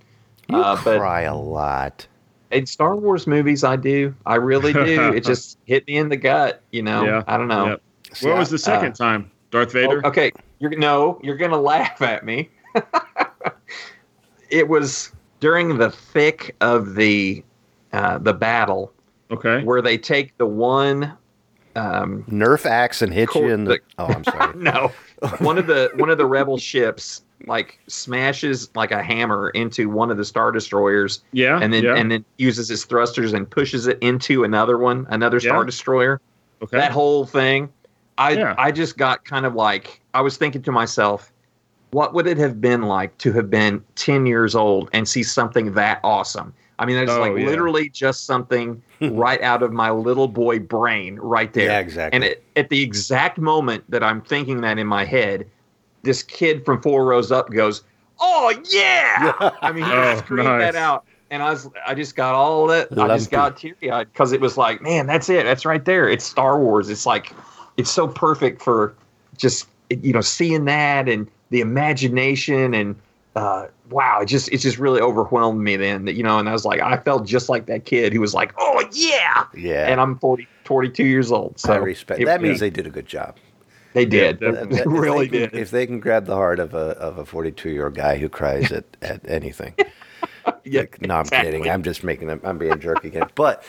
You Uh, but cry a lot. in Star Wars movies, I do. I really do. it just hit me in the gut. You know. Yeah. I don't know. Yep. See, Where I- uh, was the second time? Darth Vader. Oh, okay, you're no, you're gonna laugh at me. it was during the thick of the uh, the battle Okay. where they take the one. Um, Nerf axe and hit Cor- you in the. the- Oh, I'm sorry. no one of the one of the rebel ships like smashes like a hammer into one of the star destroyers Yeah. and then yeah. and then uses its thrusters and pushes it into another one another star Yeah. destroyer okay. that whole thing i Yeah. i just got kind of like i was thinking to myself what would it have been like to have been 10 years old and see something that awesome i mean that's Oh, like yeah. literally just something right out of my little boy brain right there Yeah, exactly. and it, at the exact moment that I'm thinking that in my head, this kid from four rows up goes, "Oh yeah!" I mean, he Oh, screamed nice. that out, and I was, I just got all that. I Lumpy. just got teary eyed because it was like, man, that's it. That's right there. It's Star Wars. It's like, it's so perfect for just you know seeing that and the imagination and. Uh, wow, it just it just really overwhelmed me then. You know, and I was like, I felt just like that kid who was like, "Oh yeah," Yeah. and I'm 40, 42 years old. So I respect. it- that yeah. means they did a good job. They did. Yeah, they That- if really they can- did. If they can grab the heart of a of a 42 year old guy who cries at, at anything. Yeah, Like, no, I'm exactly. kidding. I'm just making. them- I'm being jerky again. But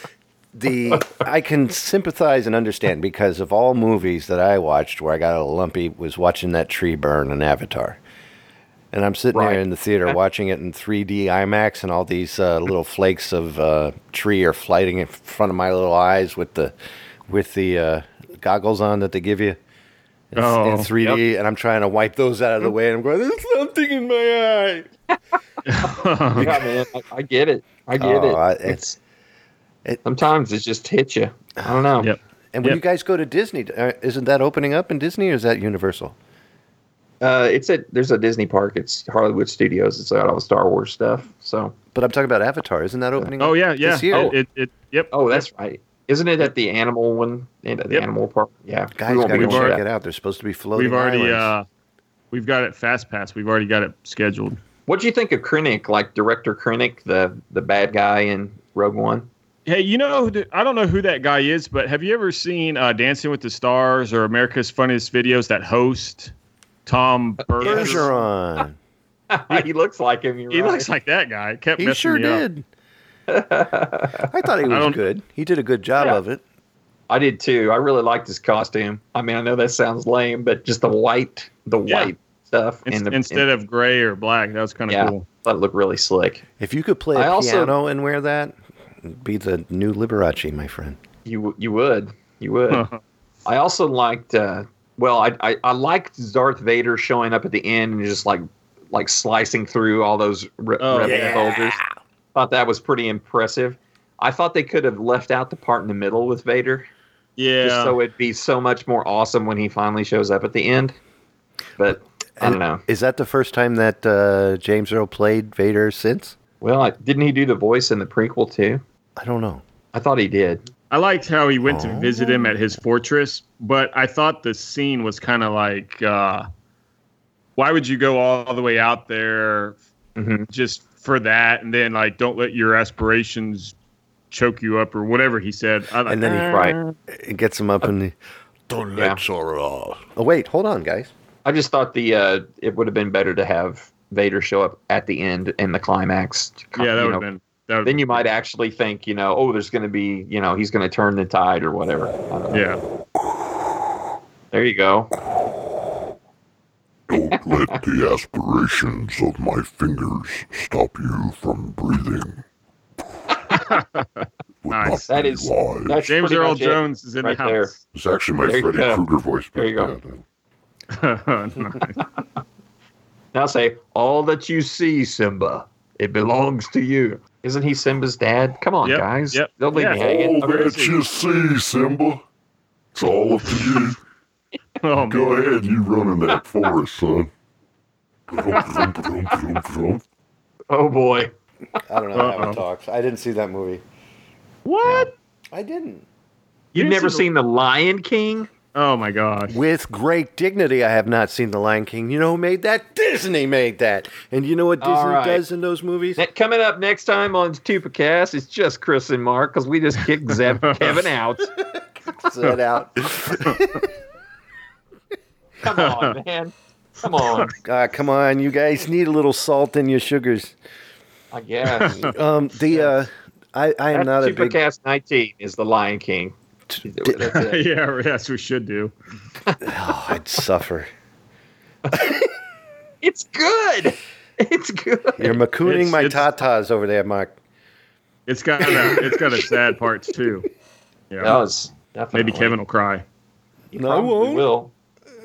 the I can sympathize and understand because of all movies that I watched where I got a little lumpy was watching that tree burn in Avatar. And I'm sitting Right. there in the theater watching it in 3D IMAX, and all these uh, little flakes of uh, tree are flying in front of my little eyes with the with the uh, goggles on that they give you in, Oh, in 3D, and I'm trying to wipe those out of the way, and I'm going, "There's something in my eye." Yeah, man, I, I get it. I get Oh, it. I- It's, it- sometimes it just hits you. I don't know. Yep. And when Yep. you guys go to Disney, uh, isn't that opening up in Disney, or is that Universal? Uh, it's a there's a Disney park. It's Hollywood Studios. It's got all the Star Wars stuff. So But I'm talking about Avatar. Isn't that opening? Oh up yeah, yeah. This year? It, it, it- yep. oh, that's right. Isn't it at the animal one? At the Yep. animal park. Yeah. guys, we won't gotta be check going to it out. They're supposed to be floating. We've already islands. uh, we've got it fast pass. We've already got it scheduled. What do you think of Krennic, like director Krennic, the the bad guy in Rogue One? Hey, you know, who th- I don't know who that guy is, but have you ever seen uh, Dancing with the Stars or America's Funniest Videos? That host, Uh, Tom Bergeron. Bergeron. he looks like him. You're He right. looks like that guy. It Kept He messing sure me up. did. I thought he was don't- good. He did a good job Yeah. of it. I did too. I really liked his costume. I mean, I know that sounds lame, but just the white, the Yeah. white stuff, Ins- and the, instead of gray or black. That was kind of yeah, cool. that looked really slick. If you could play a I also- piano and wear that, it'd be the new Liberace, my friend. You w- you would you would. I also liked. Uh, well, I, I I liked Darth Vader showing up at the end and just like like slicing through all those re- Oh, rebel yeah. soldiers. Thought that was pretty impressive. I thought they could have left out the part in the middle with Vader, yeah. just so it'd be so much more awesome when he finally shows up at the end. But I don't know. Is that the first time that uh, James Earl played Vader since? Well, I, didn't he do the voice in the prequel too? I don't know. I thought he did. I liked how he went Oh. to visit him at his fortress, but I thought the scene was kind of like, uh, why would you go all the way out there hmm just for that, and then like don't let your aspirations choke you up or whatever he said. I, And then he Right. It gets him up in the. Don't Yeah. let your uh, Oh wait, hold on, guys. I just thought the uh, it would have been better to have Vader show up at the end in the climax. yeah, that would You know, have been that. Would, Then you might actually think, you know, oh, there's going to be, you know, he's going to turn the tide or whatever. I don't know. yeah. There you go. don't let the aspirations of my fingers stop you from breathing. Would not Nice. That be is- wise. That's James pretty Earl much it. Jones is in right the house. it's actually my there you Freddy go. Krueger voice. but There you go. yeah, no. Oh, Now say, all that you see, Simba, it belongs to you. Isn't he Simba's dad? Come on, Yep, guys. yep. Oh, Don't leave me Yeah. hanging. All that you see, Simba. It's all up to you. oh, man. Go ahead, you run in that forest, son. Grump, grump, grump, grump, grump. Oh, boy. I don't know how Uh-oh. it talks. I didn't see that movie. What? I didn't. You You've didn't never see the- seen The Lion King? Oh my gosh. With great dignity, I have not seen The Lion King. You know who made that? Disney made that. And you know what Disney All right. does in those movies? Ne- coming up next time on Tupacast, it's just Chris and Mark because we just kicked Zeb Kevin out. Set out. Come on, man. Come on. Ah, come on, you guys need a little salt in your sugars. I guess. Um, the uh, I, I That's am not a big Tupacast 19 is The Lion King. That's it. yeah, that's what we should do. Oh, I'd suffer. It's good. It's good. You're macooning It's- my it's- tatas over there, Mark. It's got a, it's got a sad parts too. Yeah. Does Oh, definitely. Maybe Kevin will cry. You No, I probably won't. Will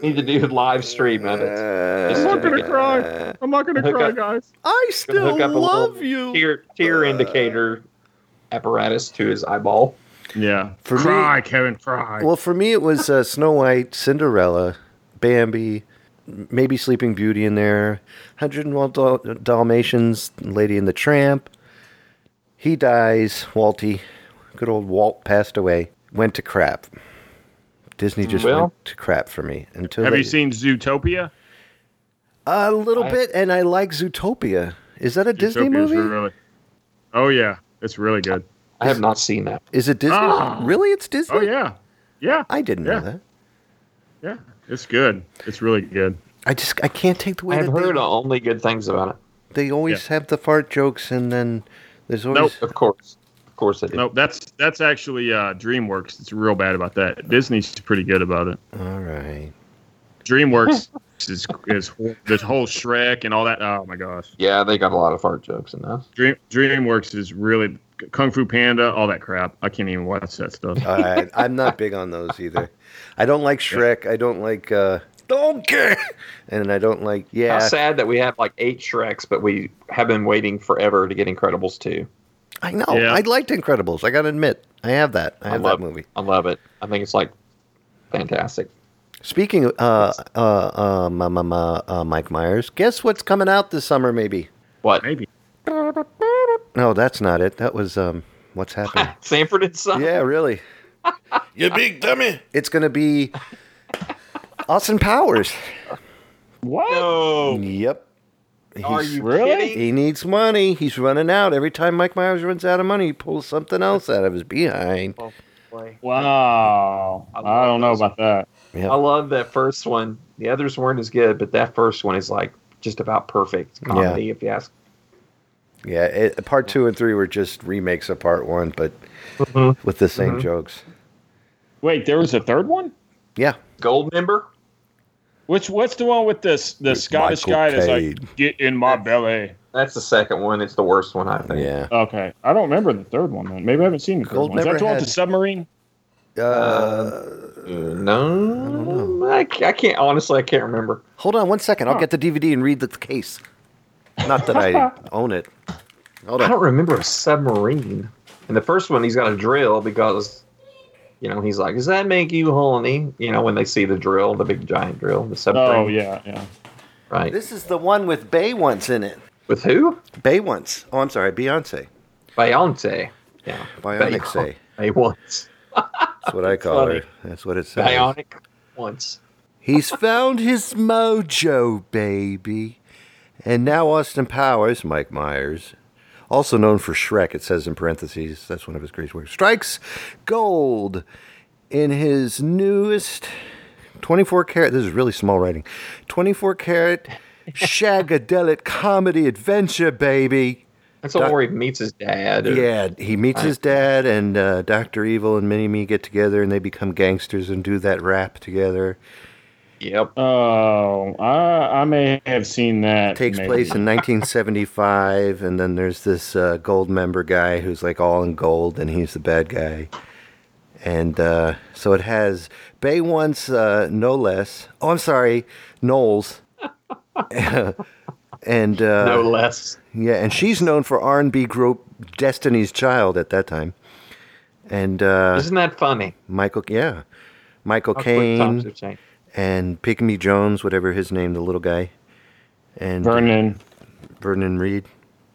need to do a live stream of it. I'm not gonna Uh, cry. I'm not gonna hook cry, up- guys. I Gonna still hook up a love little you. Uh, Tear tear indicator apparatus to his eyeball. Yeah. For me- cry, Kevin, cry. Well, for me, it was uh, Snow White, Cinderella, Bambi, m- maybe Sleeping Beauty in there, 101 Dal- Dalmatians, Lady and the Tramp. He dies, Walty. Good old Walt passed away. Went to crap. Disney just Well- went to crap for me. Until Have they- you seen Zootopia? a little I- bit? And I like Zootopia. Is that a Disney Zootopia's movie? Really, oh yeah, it's really good. I have not seen that. Is it Disney? Ah. Really, it's Disney. Oh yeah, yeah, I didn't Yeah. know that. yeah. It's good. It's really good. I just I can't take the way I've that they- heard only good things about it. they, always have the fart jokes, and then there's always Nope. Of course. Of course I did. No, that's that's actually uh, DreamWorks. It's real bad about that. Disney's pretty good about it. All right. DreamWorks is is hor- this whole Shrek and all that. Oh my gosh, Yeah, they got a lot of fart jokes in that. Dream DreamWorks is really Kung Fu Panda, all that crap. I can't even watch that stuff. All right. I'm not big on those either. I don't like Shrek. I don't like uh Don't care. And I don't like yeah. How sad that we have like eight Shreks, but we have been waiting forever to get Incredibles 2. I know. Yeah. I liked Incredibles. I gotta admit. I have that. I I have love- that movie. I love it. I think it's like fantastic. Speaking of uh uh uh, ma, ma, ma, uh Mike Myers, guess what's coming out this summer maybe? What? Maybe. No, that's not it. That was um what's happening. Sanford and Son? yeah, really. You big dummy. It's gonna be Austin Powers. What? No. Yep. Oh. Are He's- you Really? kidding? He needs money. He's running out. Every time Mike Myers runs out of money, he pulls something else out of his behind. Wow. I don't know about that. I love that first one. The others weren't as good, but that first one is like just about perfect comedy, if you ask. Yeah, it, part two and three were just remakes of part one, but with the same jokes. Wait, there was a third one? Yeah, Gold member? Which what's the one with this the With Scottish Michael guy that's Caine. like get in my belly? That's the second one. It's the worst one, I think. yeah. Okay. I don't remember the third one then. Maybe I haven't seen the third Gold one. Is never that the one with had- the submarine? Uh, Uh, no, I, ca- I can't. Honestly, I can't remember. hold on one second. I'll get the DVD and read the case. Not that I own it. Hold I on. don't remember a submarine. And the first one, he's got a drill because, you know, he's like, "Does that make you horny?" You know, when they see the drill, the big giant drill, the submarine, Oh yeah, yeah. right? This is the one with Bay once in it. With who? Bay once. Oh, I'm sorry, Beyonce. Beyonce. Yeah, Bionic Beyonce. say. Hey, once. That's what I call funny. her. That's what it says. Bionic. Once. He's found his mojo, baby. And now Austin Powers, Mike Myers, also known for Shrek, it says in parentheses, that's one of his greatest works, strikes gold in his newest 24 karat, this is really small writing, 24 karat shagadelic comedy adventure, baby. That's the one Doc- where he meets his dad. and- Yeah, he meets his dad, and uh, Dr. Evil and Mini Me get together, and they become gangsters and do that rap together. Yep. Oh, I I may have seen that. takes maybe. place in 1975, and then there's this uh, gold member guy who's like all in gold, and he's the bad guy. And uh, so it has Bay once, uh, no less. Oh, I'm sorry, Knowles. and uh, no less. yeah, and she's known for R&B group Destiny's Child at that time. And uh, Isn't that funny? Michael, yeah, Michael How quick times Caine have changed. and Pygmy Jones, whatever his name, the little guy, and Vernon. Vernon Reed.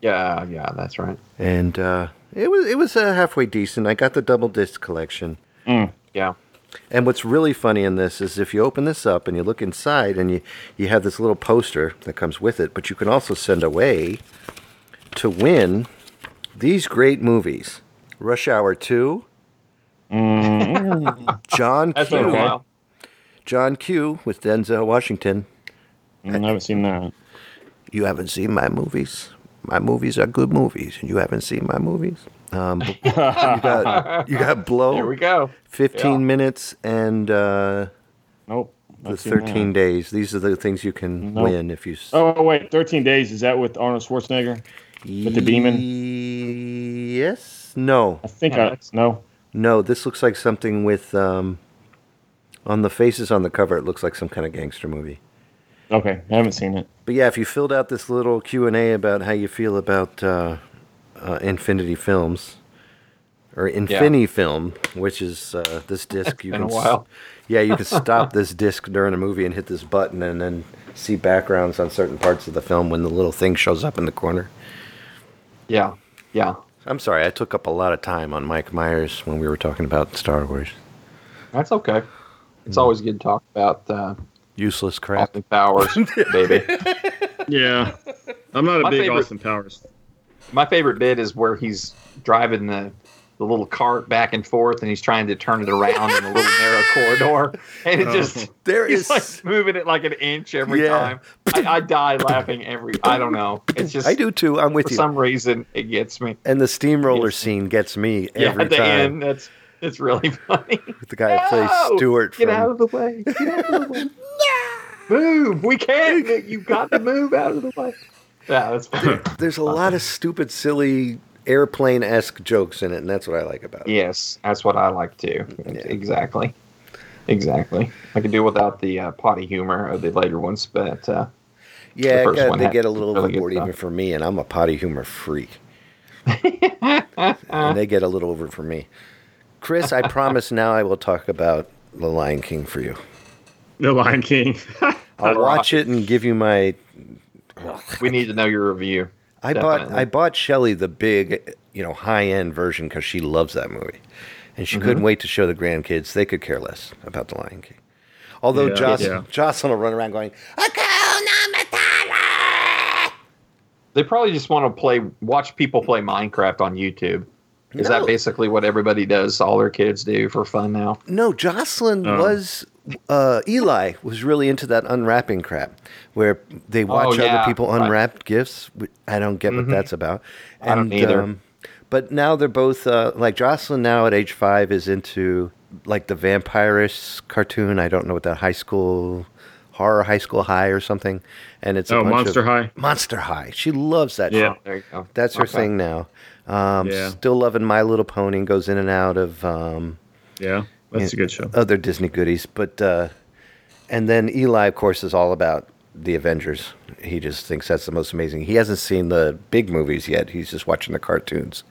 Yeah, yeah, that's right. and uh, it was it was uh, halfway decent. I got the double disc collection, Mm, Yeah. and what's really funny in this is if you open this up and you look inside, and you you have this little poster that comes with it, but you can also send away to win these great movies: Rush Hour Two, Mm, John That's been a Q, while. John Q with Denzel Washington. I haven't seen that. You haven't seen my movies. My movies are good movies, and you haven't seen my movies. Um, you got you got blow. Here we go. 15 Yeah. minutes and uh, Nope. the not seen 13 that. days. These are the things you can Nope. win if you. s- Oh wait, thirteen days. Is that with Arnold Schwarzenegger? with the demon? Yes. No. I think Yeah, Uh-huh. I that's- no. No. This looks like something with. Um, on the faces on the cover, it looks like some kind of gangster movie. Okay, I haven't seen it. But yeah, if you filled out this little Q and A about how you feel about uh, uh, Infinity Films or Infinity Film, which is uh, this disc, you been can a s- while. yeah, you can stop this disc during a movie and hit this button, and then see backgrounds on certain parts of the film when the little thing shows up in the corner. Yeah. Yeah. I'm sorry, I took up a lot of time on Mike Myers when we were talking about Star Wars. That's okay. Hmm. It's always good to talk about uh, Useless crap. Austin Powers, baby. Yeah, I'm not a My big favorite- Austin Powers. My favorite bit is where he's driving the the little cart back and forth, and he's trying to turn it around in a little narrow corridor, and it just There he's is. like moving it like an inch every Yeah. time. I, I die laughing every. I don't know. It's just I do too. I'm for with you. some reason it gets me. and the steamroller Yes. scene gets me Yeah, every at the time. end, that's it's really funny. With the guy that plays No! Stewart Get from out of the way. Get out of the way. Move. We can't. You've got to move out of the way. Yeah, that's funny. There's a lot of stupid, silly airplane esque jokes in it, and that's what I like about it. yes, that's what I like too. Exactly. Exactly. I could do without the uh, potty humor of the later ones, but uh, The Yeah, first God, one they had get a little really good overboard even stuff. for me, and I'm a potty humor freak. Uh-huh. and they get a little over for me. Chris, I promise now I will talk about The Lion King for you. The Lion King. Oh, I'll watch it and give you my. we need to know your review. I bought Definitely. I bought Shelley the big, you know, high end version because she loves that movie, and she Mm-hmm. couldn't wait to show the grandkids. They could care less about The Lion King. Although Yeah. Joss Yeah. oh, Jocelyn will run around going, "Hakuna Matata." They probably just want to play, watch people play Minecraft on YouTube. Is No. that basically what everybody does? All their kids do for fun now? No, Jocelyn Oh. was uh, Eli was really into that unwrapping crap, where they watch yeah. other people Right. unwrap gifts. We- I don't get what that's about. um, I don't either. but now they're both uh, like Jocelyn. Now at age five is into like the vampirish cartoon. I don't know what that high school horror, high school high or something. And it's a Oh, bunch Monster of- High. Monster High. She loves that. Yeah. shit. There you go. That's her Okay. thing now. Um, Yeah. Still loving My Little Pony. and Goes in and out of um, Yeah, that's a good show. other Disney goodies, but uh, and then Eli, of course, is all about the Avengers. He just thinks that's the most amazing. He hasn't seen the big movies yet. He's just watching the cartoons.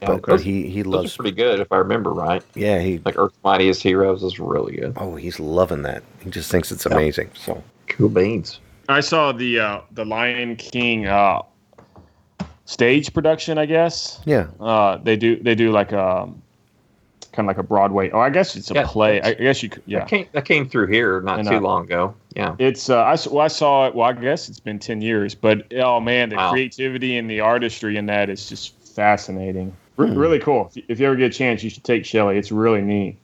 but, okay. but he he Those loves. are pretty good, if I remember right. yeah, he. Like Earth's Mightiest Heroes is really good. oh, he's loving that. He just thinks it's amazing. So Cool beans. I saw the uh, the Lion King uh, stage production. I guess yeah, uh, they do they do like a kind of like a Broadway. Oh, I guess it's a Yeah. play. I, I guess you could. Yeah, That, came, that came through here not And, too uh, long ago. Yeah. It's uh, I s- well, I saw it. Well, I guess it's been ten years, but oh man, the Wow. creativity and the artistry in that is just fascinating. R- Really cool. If you- If you ever get a chance, you should take Shelley. It's really neat.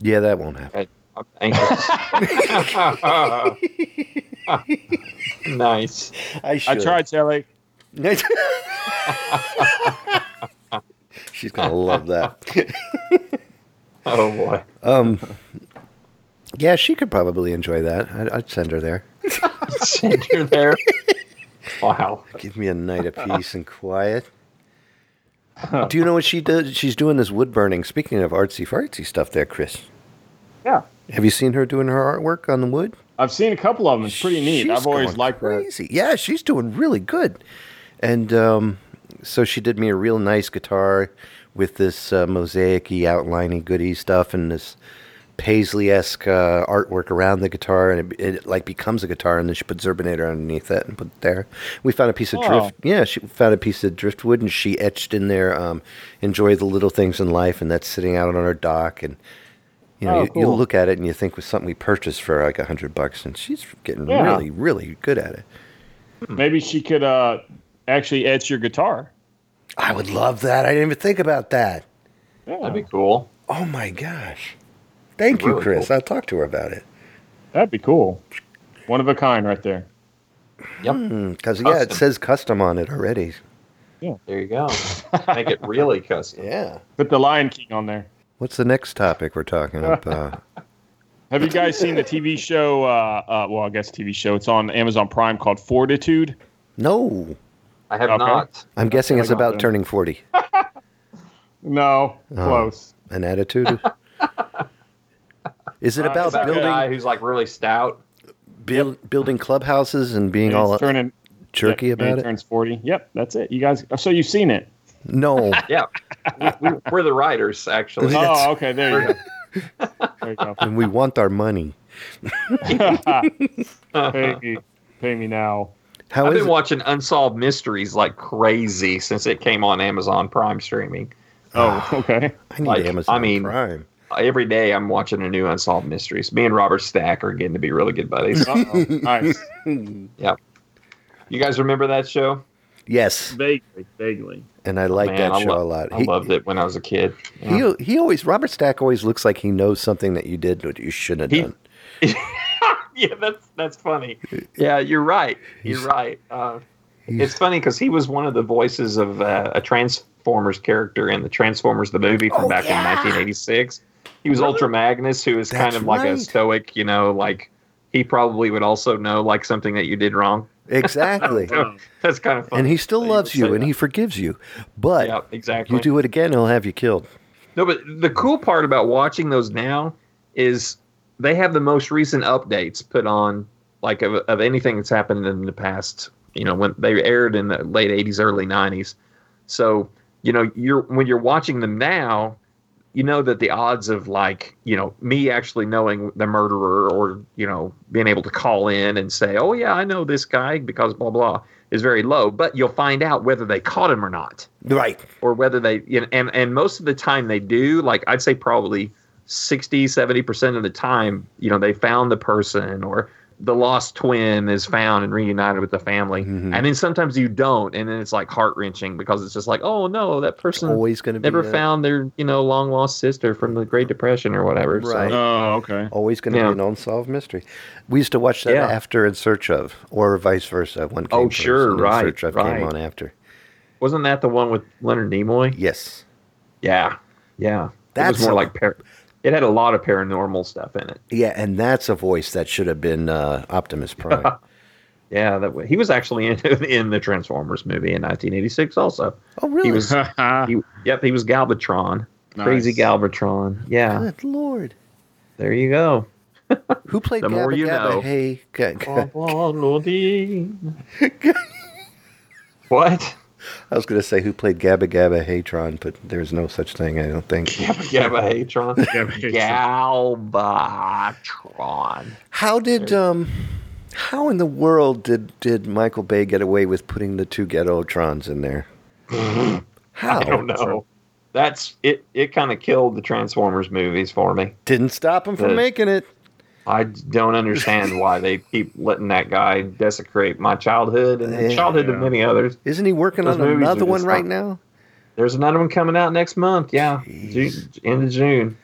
yeah, that won't happen. I'm anxious. nice. I should. I tried Shelley. She's gonna love that. Oh, boy. Um, yeah, she could probably enjoy that. I'd, I'd send her there. Send her there. Wow. Give me a night of peace and quiet. Do you know what she does? She's doing this wood burning. Speaking of artsy fartsy stuff, there, Chris. Yeah. Have you seen her doing her artwork on the wood? I've seen a couple of them. It's pretty neat. She's I've always going liked that. crazy. Yeah, she's doing really good. And um, so she did me a real nice guitar with this uh, mosaic-y, outlining goody stuff and this paisley-esque uh, artwork around the guitar, and it, it like becomes a guitar. And then she put Zerbinator underneath it and put it there. We found a piece of Wow. drift. Yeah, she found a piece of driftwood, and she etched in there. Um, Enjoy the little things in life, and that's sitting out on her dock and. You know, Oh, you, you cool. look at it and you think was something we purchased for like a hundred bucks, and she's getting Yeah. really, really good at it. Maybe she could uh, actually etch your guitar. I would love that. I didn't even think about that. Yeah, That'd be cool. Oh my gosh! Thank you, Really Chris. cool. I'll talk to her about it. that'd be cool. One of a kind, right there. Because Hmm, yeah, it Custom. says custom on it already. There you go. Make it really custom. Yeah. Put the Lion King on there. What's the next topic we're talking uh, about? Have you guys seen the TV show? Uh, uh, well, I guess TV show. It's on Amazon Prime called Fortitude. no, I have Okay. not. I'm guessing it's hang on about then. turning forty. No, Oh. close. An attitude. Is it Uh, about it's about That guy building who's like really stout. build, building clubhouses and being He's all turning jerky Yep, about he it? Turns forty. Yep, that's it. You guys. So you've seen it. No. Yeah. we, we, we're the writers, actually. That's- Oh, okay. There you go. There you go. and we want our money. Pay me, pay me now. How I've is been it? watching Unsolved Mysteries like crazy since it came on Amazon Prime streaming. Oh, okay. I need like, Amazon I mean- Prime. Every day I'm watching a new Unsolved Mysteries. Me and Robert Stack are getting to be really good buddies. Uh-oh. Nice. you guys remember that show? Yes, Vaguely, vaguely. and I like Man, that I show lo- a lot. I loved it when I was a kid. Yeah. He, he always Robert Stack always looks like he knows something that you did that you shouldn't have He- done. yeah, that's that's funny. Yeah, you're right. You're He's- right. Uh, he's- it's funny because he was one of the voices of uh, a Transformers character in the Transformers the movie from Oh, back yeah. in 1986. He was Ultra Magnus, who is That's kind of like right. a stoic. You know, like he probably would also know like something that you did wrong. Exactly. That's kind of funny. and he still that would loves say you and that. he forgives you. But yeah, exactly. you do it again, he'll have you killed. No, but the cool part about watching those now is they have the most recent updates put on, like of, of anything that's happened in the past. You know, when they aired in the late '80s, early '90s. So you know, you're when you're watching them now, you know that the odds of like you know me actually knowing the murderer or you know being able to call in and say, oh yeah, I know this guy because blah blah is very low. But you'll find out whether they caught him or not Right. or whether they you know, and and most of the time they do like i'd say probably 60 70% of the time you know they found the person or the lost twin is found and reunited with the family. Mhm. And then sometimes you don't, and then it's like heart wrenching because it's just like, oh no, that person always going to be never a- found their you know long lost sister from the Great Depression or whatever. Right. So, Oh, okay. Always going to Yeah. be an unsolved mystery. We used to watch that Yeah. after In Search of, or vice versa. One came Oh, first sure, and right, In Search of right. came on after. wasn't that the one with Leonard Nimoy? Yes, Yeah, yeah. That's it was more a- like par- it had a lot of paranormal stuff in it. yeah, and that's a voice that should have been uh, Optimus Prime. Yeah, that way. he was actually in in the Transformers movie in 1986. Also, oh, really? he was. Haha. he, yep, he was Galvatron. Nice. Crazy Galvatron. Yeah, Good lord, there you go. who played The more Gabba you Gabba? know. Hey, g- g- what? I was going to say who played Gabba Gabba Hatron, but there's no such thing. I don't think. Galvatron. Galvatron. Galvatron. How did um, how in the world did did Michael Bay get away with putting the two Ghettotrons in there? How? Mm-hmm. I don't know. That's it. It kind of killed the Transformers movies for me. Didn't stop him from The- making it. I don't understand why they keep letting that guy desecrate my childhood and the Yeah. childhood of many others. Isn't he working Those on movies are another just one right not- now? There's another one coming out next month. Yeah, June, end of June.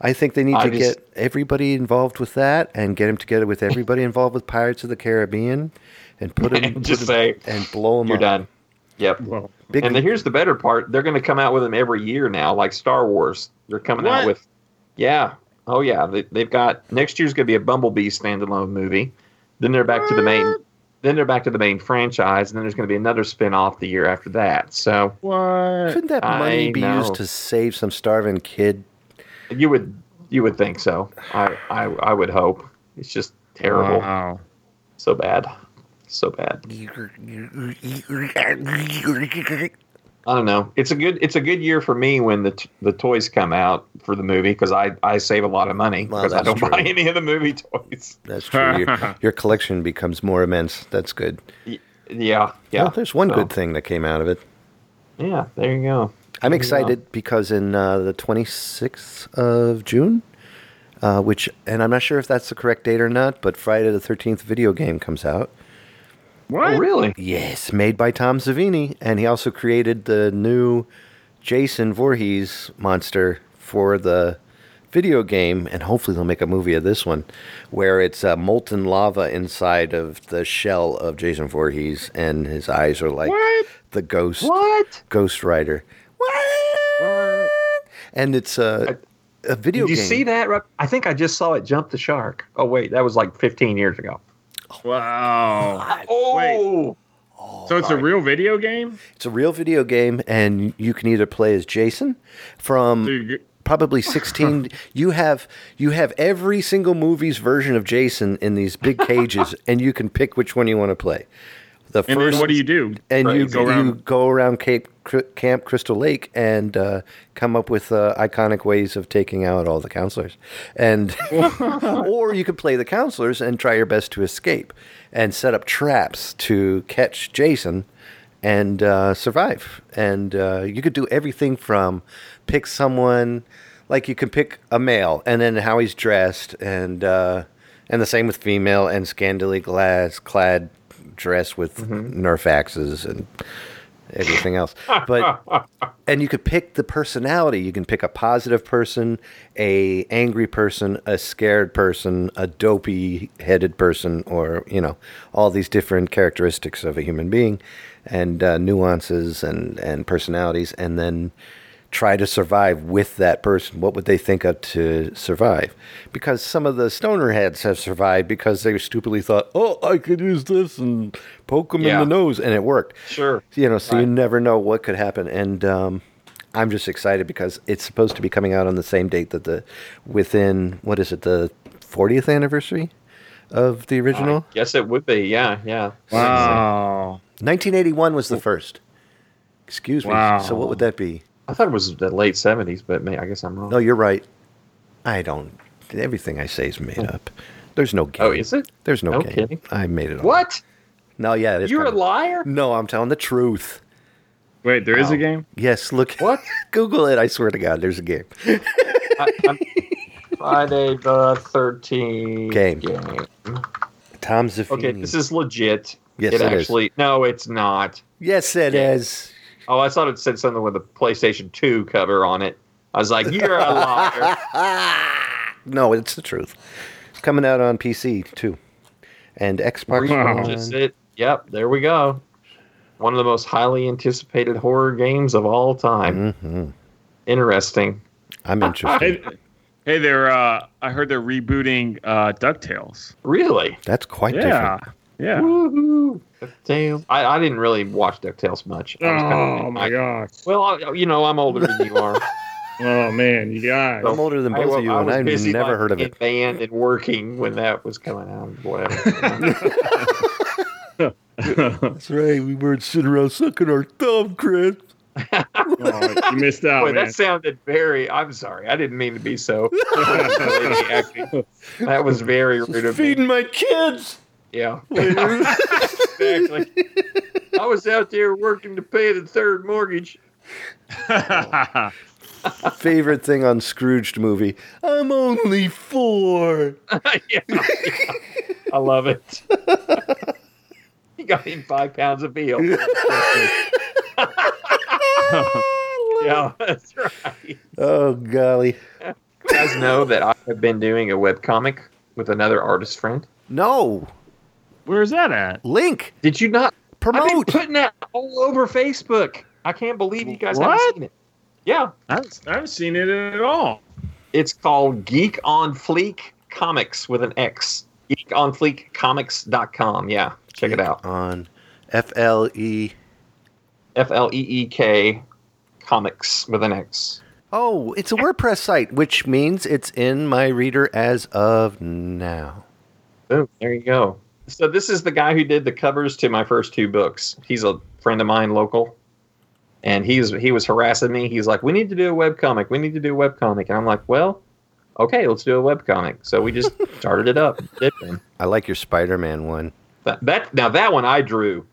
I think they need I to just- get everybody involved with that and get him together with everybody involved with Pirates of the Caribbean and put him And just say and blow him you're up. done. Yep. Well, Big- And the, here's the better part: they're going to come out with them every year now, like Star Wars. They're coming out What? with, yeah, oh yeah. They, they've got next year's going to be a Bumblebee standalone movie. Then they're back to the main. Then they're back to the main franchise, and then there's going to be another spin off the year after that. So what? couldn't that money I be used know. to save some starving kid? you would you would think so. I I, I would hope. It's just terrible. Wow. So bad. So bad. I don't know. It's a good it's a good year for me when the t- the toys come out for the movie because I, I save a lot of money Well, because I that's don't true. buy any of the movie toys. That's true. your, your collection becomes more immense. That's good. Yeah, yeah, Well, there's one So, good thing that came out of it. Yeah, there you go. I'm excited because in uh, the 26th of June, uh, which, and I'm not sure if that's the correct date or not, but Friday the 13th video game comes out. Oh, What? really? Yes, made by Tom Savini, and he also created the new Jason Voorhees monster for the video game, and hopefully they'll make a movie of this one, where it's uh, molten lava inside of the shell of Jason Voorhees, and his eyes are like What? the ghost What? Ghost Rider. What? And it's a a video Did you game. see that? Rob? I think I just saw it jump the shark. Oh wait, that was like 15 years ago. Wow. Oh, So it's a real video game? It's a real video game, and you can either play as Jason from. So you- probably 16 you have you have every single movie's version of jason in these big cages and you can pick which one you want to play the And first then what do you do? and you, Go you around- go around Cape Cr- Camp Crystal Lake and uh, come up with uh, iconic ways of taking out all the counselors, and or you could play the counselors and try your best to escape and set up traps to catch Jason and uh, survive. And uh, you could do everything from pick someone like you can pick a male and then how he's dressed and. Uh, and the same with female and scantily glass clad dress with Nerf axes and everything else. But and you could pick the personality. You can pick a positive person, a angry person, a scared person, a dopey headed person, or you know all these different characteristics of a human being, and uh, nuances and and personalities, and then try to survive with that person, what would they think of to survive? Because some of the stoner heads have survived because they stupidly thought, oh, I could use this and poke them Yeah. in the nose, and it worked. sure. You know, so you never know what could happen. And um, I'm just excited because it's supposed to be coming out on the same date that the, within, what is it, the 40th anniversary of the original? Yes, it would be. Yeah, yeah. Wow. 1981 was the first. Excuse me. Wow. So what would that be? I thought it was the late 70s, but may, I guess I'm wrong. No, you're right. I don't. Everything I say is made up. There's no game. Oh, is it? There's no, No game. kidding. I made it up. What? No, yeah. It's You're a kinda- liar? No, I'm telling the truth. Wait, there is Wow. a game? Yes, look. What? Google it. I swear to God, there's a game. I, I'm- Friday the 13th. Game. Tom Zaffini. Okay, this is legit. Yes, it, it is. actually no, it's not. yes, it is. Oh, I thought it said something with a PlayStation 2 cover on it. I was like, you're a liar. No, it's the truth. It's coming out on PC too, and Xbox Repurchase One. it. Yep, there we go. One of the most highly anticipated horror games of all Mm-hmm. time. Interesting. I'm interested. Hey, hey there. Uh, I heard they're rebooting uh, Ducktales. Really? That's quite Yeah, different. yeah. Woohoo. DuckTales. I, I didn't really watch DuckTales much. I was kinda- Oh my gosh. Well, I, you know, I'm older than you are. Oh man, you guys. I'm older than I- both of you, I and was I've busy, never like, heard of in it. Band and working when that was coming out, whatever. That's right. We weren't sitting around sucking our thumb, Chris. Oh, you missed out, Boy, man. that sounded very. I'm sorry, I didn't mean to be so. that was very rude of me. Feeding my kids. Yeah, exactly. I was out there working to pay the third mortgage. Favorite thing on Scrooged movie. I'm only four. Yeah. I love it. he got him five pounds of veal. yeah, that's right. Oh golly. You guys know that I have been doing a webcomic with another artist friend. No, Where is that at? Link, Did you not? I've been promote. putting that all over Facebook. I can't believe you guys What? haven't seen it. Yeah, I haven't- I haven't seen it at all. it's called Geek on Fleek Comics with an X. Geek on Fleek Comics.com. Yeah, check it out. on F L E. F L E E K Comics with an X. Oh, it's a WordPress site, which means it's in my reader as of now. Boom, there you go. So this is the guy who did the covers to my first two books. He's a friend of mine, local, and he's he was harassing me. He's like, "We need to do a webcomic. We need to do a webcomic." And I'm like, "Well, okay, let's do a webcomic." So we just started it up. Did one. I like your Spider-Man one. That, that now that one I drew.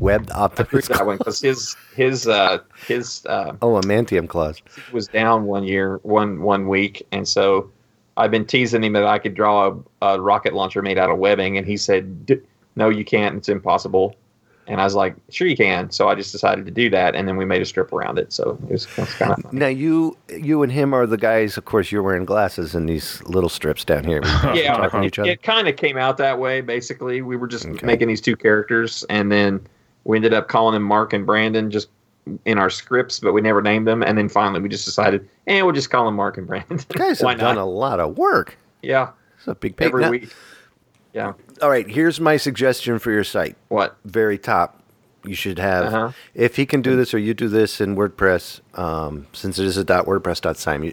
Web I drew Optimus. that one because his his uh, his uh, Oh, a Mantium clause. was down one year one one week, and so I've been teasing him that I could draw a, a rocket launcher made out of webbing, and he said, D- "No, you can't. It's impossible." And I was like, "Sure, you can." So I just decided to do that, and then we made a strip around it. So it was, kind of fun. Now you, you and him are the guys. Of course, you're wearing glasses in these little strips down here. yeah, talking to it- each other. it kind of came out that way. Basically, we were just Okay. making these two characters, and then we ended up calling them Mark and Brandon just in our scripts, but we never named them. And then finally, we just decided, and we'll just call them Mark and Brandon. You guys Why have done not? a lot of work. Yeah, It's a big pay. every Now- week. Yeah. All right, here's my suggestion for your site. What? Very top. You should have Uh-huh. if he can do this or you do this in WordPress. Um, since it is a .wordpress.site, you,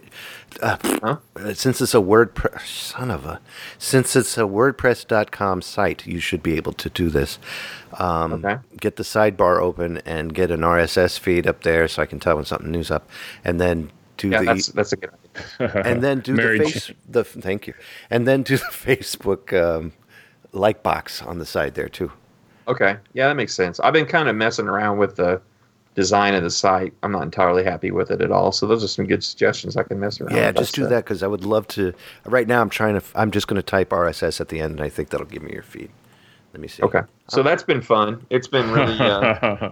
uh, since it's a WordPress son of a, since it's a WordPress.com site, you should be able to do this. Um, Okay. Get the sidebar open and get an RSS feed up there, so I can tell when something new's up, and then do Yeah, the that's that's a good idea. and then do Mary the face the thank you, and then do the Facebook um, like box on the side there too. Okay. Yeah, that makes sense. I've been kind of messing around with the design of the site. I'm not entirely happy with it at all. So those are some good suggestions I can mess around Yeah, with. just do stuff. that because I would love to. Right now, I'm trying to. I'm just going to type RSS at the end, and I think that'll give me your feed. Let me see. Okay. So that's been fun. It's been really uh,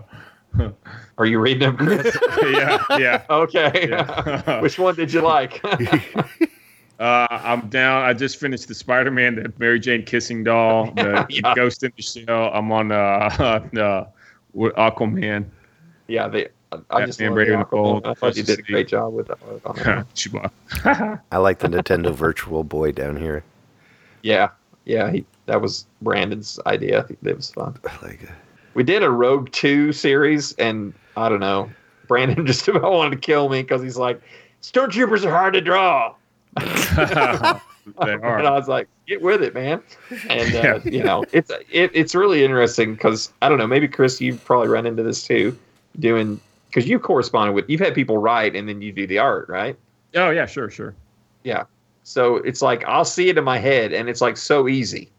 Are you reading them, Chris? yeah, yeah. okay. Which one did you like? Uh, I'm down. I just finished the Spider-Man, the Mary Jane kissing doll, the Yeah. Ghost in the Shell. I'm on uh, uh, with Aquaman, yeah, the I just Batman, love Brave the and the Bold, Aquaman. I thought you did a Justice great job with uh, that one. Chewbacca. I like the Nintendo Virtual Boy down here. yeah. Yeah, he, that was Brandon's idea. It was fun. I like it. We did a Rogue Two series, and I don't know. Brandon just about wanted to kill me because he's like, "Stormtroopers are hard to draw," they and I are. was like, "Get with it, man." And uh, you know, it's it, it's really interesting because I don't know. Maybe Chris, you've probably run into this too, doing because you corresponded with you've had people write and then you do the art, right? Oh yeah, sure, sure. So it's like I'll see it in my head, and it's like so easy.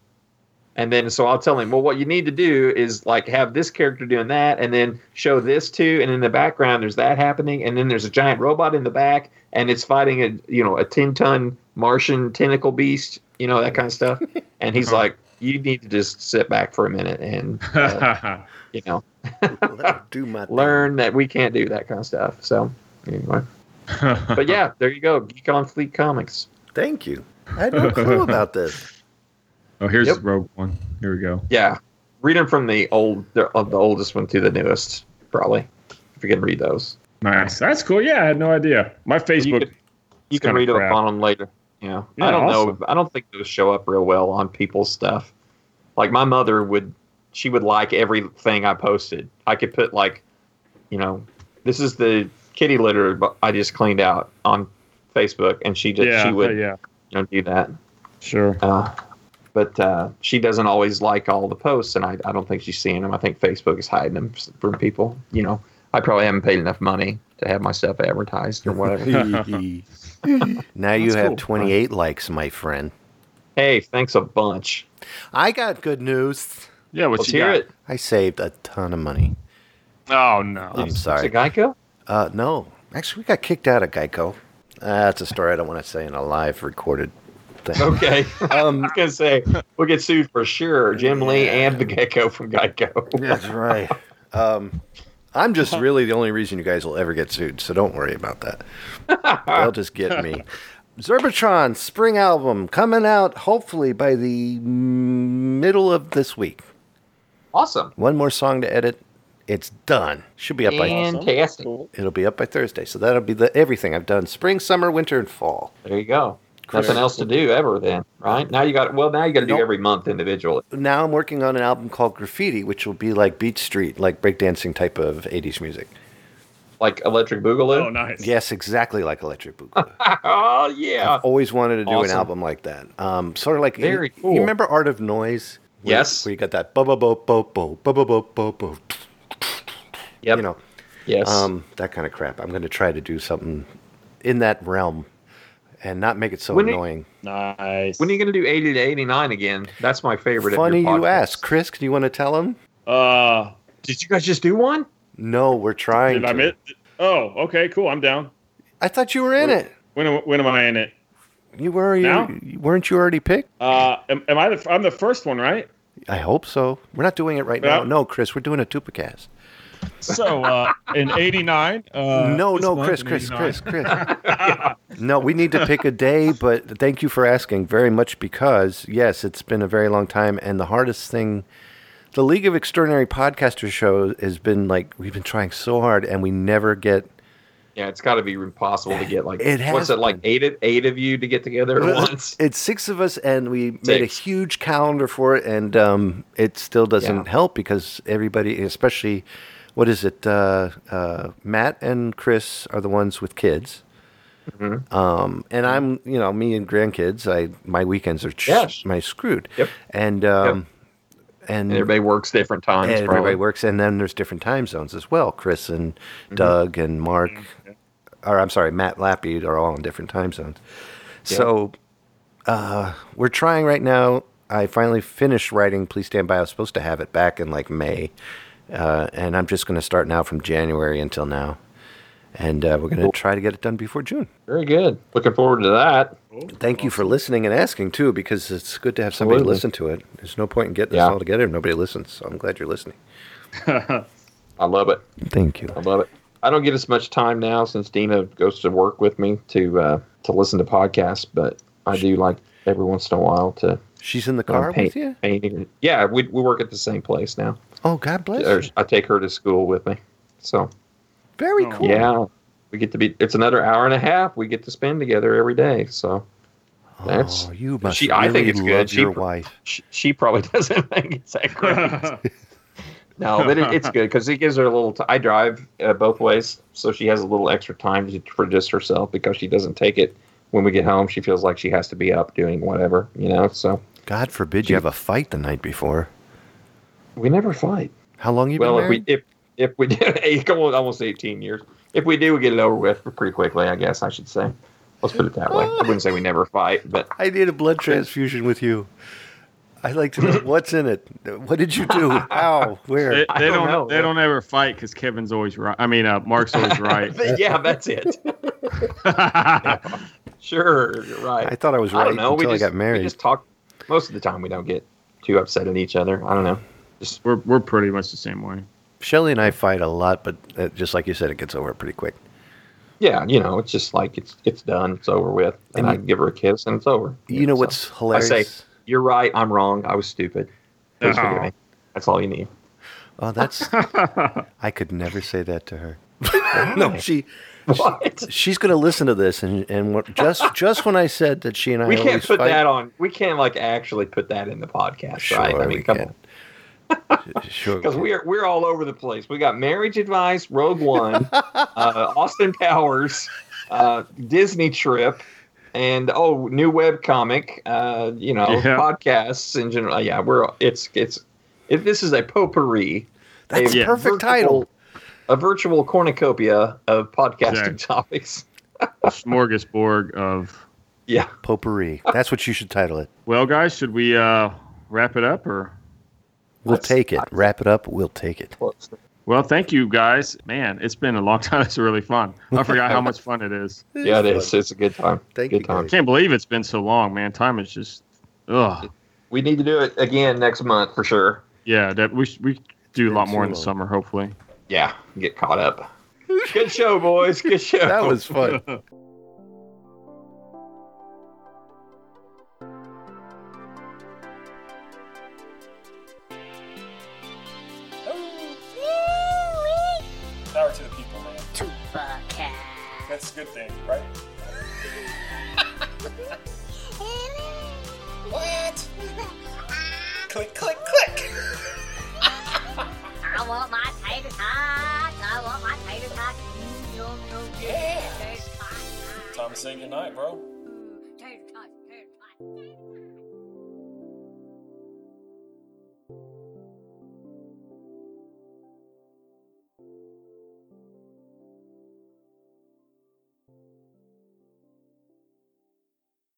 And then so I'll tell him, well, what you need to do is like have this character doing that, and then show this too, and in the background there's that happening, and then there's a giant robot in the back, and it's fighting a you know a ten ton Martian tentacle beast, you know that kind of stuff. And he's like, you need to just sit back for a minute and uh, you know do my thing. learn that we can't do that kind of stuff. So anyway, but yeah, there you go. Geek on Fleet Comics. Thank you. I had no clue about this. oh, here's Yep. the Rogue One. Here we go. Yeah, read them from the old, the, uh, the oldest one to the newest, probably. If you can read those, Nice. That's cool. Yeah, I had no idea. My you Facebook. can, you It's kinda can read crap. up on them later. Yeah, Yeah, I don't awesome. know. I don't think those show up real well on people's stuff. Like my mother would, she would like everything I posted. I could put like, you know, this is the kitty litter bu- I just cleaned out on Facebook, and she did. yeah, she would yeah, you know, do that. sure. Uh, but uh, she doesn't always like all the posts, and I, I don't think she's seeing them. I think Facebook is hiding them s- from people. You know, I probably haven't paid enough money to have my stuff advertised or whatever. Now you have cool. 28 likes, my friend. hey, thanks a bunch. I got good news. Yeah, what Let's you hear got? it. I saved a ton of money. Oh no. I'm Is sorry. it Geico? Uh, no, actually, we got kicked out of Geico. Uh, that's a story I don't want to say in a live recorded thing. Um, Okay. I was gonna say we'll get sued for sure. Jim Lee and the Gecko from Geico. That's right. Um, I'm just really the only reason you guys will ever get sued, so don't worry about that. They'll just get me. Zerbitron spring album coming out hopefully by the middle of this week. Awesome. One more song to edit. It's done. Should be up by Fantastic. it'll be up by Thursday. So that'll be the everything I've done: spring, summer, winter, and fall. There you go. Nothing else to do ever then, right? Now you got well now you gotta do Nope. every month individually. Now I'm working on an album called Graffiti, which will be like Beat Street, like breakdancing type of '80s music. Like electric boogaloo. Oh, nice. Yes, exactly like Electric Boogaloo. Oh yeah. I've always wanted to do an Awesome. album like that. Um, sort of like Very you, cool. you remember Art of Noise? Where- Yes. where you got that bo bo bo bo bo bo bo bo bo bo. Yep. You know, Yes. um, that kind of crap. I'm going to try to do something in that realm and not make it so When it- annoying. Nice. when are you going to do 80 to 89 again? That's my favorite. of your Funny you podcasts. ask, Chris. Do you want to tell him? Uh, Did you guys just do one? No, we're trying. did I to. miss? Oh, okay, cool. I'm down. I thought you were in it. When am- when am I in it? You were. Now? You, weren't you already picked? Uh, am, am I? The, f- I'm the first one, right? I hope so. We're not doing it right Yeah. now. No, Chris. We're doing a Tupacast. So uh, in '89. Uh, no, this no, month Chris, in Chris, 89. Chris, Chris, no, we need to pick a day, but thank you for asking very much because, yes, it's been a very long time. And the hardest thing, the League of Extraordinary Podcaster show has been like, we've been trying so hard and we never get. Yeah, it's got to be impossible to get like. It has what's it like? Eight of eight of you to get together at once. It's six of us and we made a Six. huge calendar for it. And um, it still doesn't Yeah. help because everybody, especially, what is it? Uh, uh, Matt and Chris are the ones with kids. Mm-hmm. Um, and I'm, you know, me and grandkids. I my weekends are ch- Yes. my screwed. Yep. And um, and And everybody works different times. and everybody probably. works, and then there's different time zones as well. Chris and Doug and Mark, or I'm sorry, Matt Lappy are all in different time zones. So uh, we're trying right now. I finally finished writing. Please stand by. I was supposed to have it back in like May, uh, and I'm just going to start now from January until now, and uh, we're going to try to get it done before June. Very good. Looking forward to that. Thank you for listening and asking too, because it's good to have somebody Absolutely. listen to it. There's no point in getting Yeah. this all together if nobody listens. So I'm glad you're listening. I love it. Thank you. I love it. I don't get as much time now since Dina goes to work with me to uh, to listen to podcasts, but I do like every once in a while to She's in the uh, car paint. with you. painting. Yeah, we we work at the same place now. Oh, God bless. Or you. I take her to school with me, so. Very cool. Yeah, we get to be. It's another hour and a half we get to spend together every day. So that's oh, you must. she- really I think it's good. love She- Your wife. she, she probably doesn't think it's that great. no, but it, it's good because it gives her a little. T- I drive uh, both ways, so she has a little extra time to, for just herself because she doesn't take it when we get home. She feels like she has to be up doing whatever, you know. So God forbid you have a fight the night before. we never fight. How long you been well, if we married? if if we did almost almost eighteen years, if we do, we get it over with pretty quickly. I guess I should say. Let's put it that way. I wouldn't say we never fight, but I need a blood transfusion with you. I'd like to know what's in it. What did you do? How? Where? They, I they don't don't. know. They don't ever fight because Kevin's always right. I mean, uh, Mark's always right. yeah, that's it. Sure, you're right. I thought I was I right don't know. We until just, I got We married. just talk. Most of the time, we don't get too upset at each other. I don't know. Just We're we're pretty much the same way. Shelly and I fight a lot, but uh, just like you said, it gets over pretty quick. yeah, you know, it's just like it's it's done, it's over with, and, And I give her a kiss and it's over. You know so what's I say, hilarious? you're right, I'm wrong, I was stupid. Please forgive Oh. me. That's all you need. Oh, that's. I could never say that to her. no, she What? she's going to listen to this, and and what, just just when I said that she and I We can't always put fight- that on. We can't like actually put that in the podcast, Sure, right? I we mean, come can. on, Sure, because we're we're all over the place. We got marriage advice, Rogue One, uh, Austin Powers, uh, Disney trip, and oh, new web comic. Uh, you know, Yeah. podcasts in general. Yeah, we're it's it's it, this is a potpourri. That's a a perfect title. A virtual cornucopia of podcasting Exactly. topics. Smorgasbord of. Yeah. potpourri. That's what you should title it. Well, guys, should we uh, wrap it up or? We'll That's- take it. Wrap it up. We'll take it. Well, Well, thank you guys. Man, it's been a long time. It's really fun. I forgot how much fun it is. yeah, it is. It's a good time. Thank good you, time. guys. Can't believe it's been so long, man. Time is just, ugh. We need to do it again next month for sure. Yeah, that we we do a lot more in the Absolutely. summer, hopefully. Yeah, get caught up. Good show, boys. Good show. That was fun. Power to the people, man. Tupacast. That's a good thing, right? what? Click, click, click. I want my tater tot. I want my tater tot. Yum, yum, yum. Yeah. Tater tot. Time to say goodnight, bro.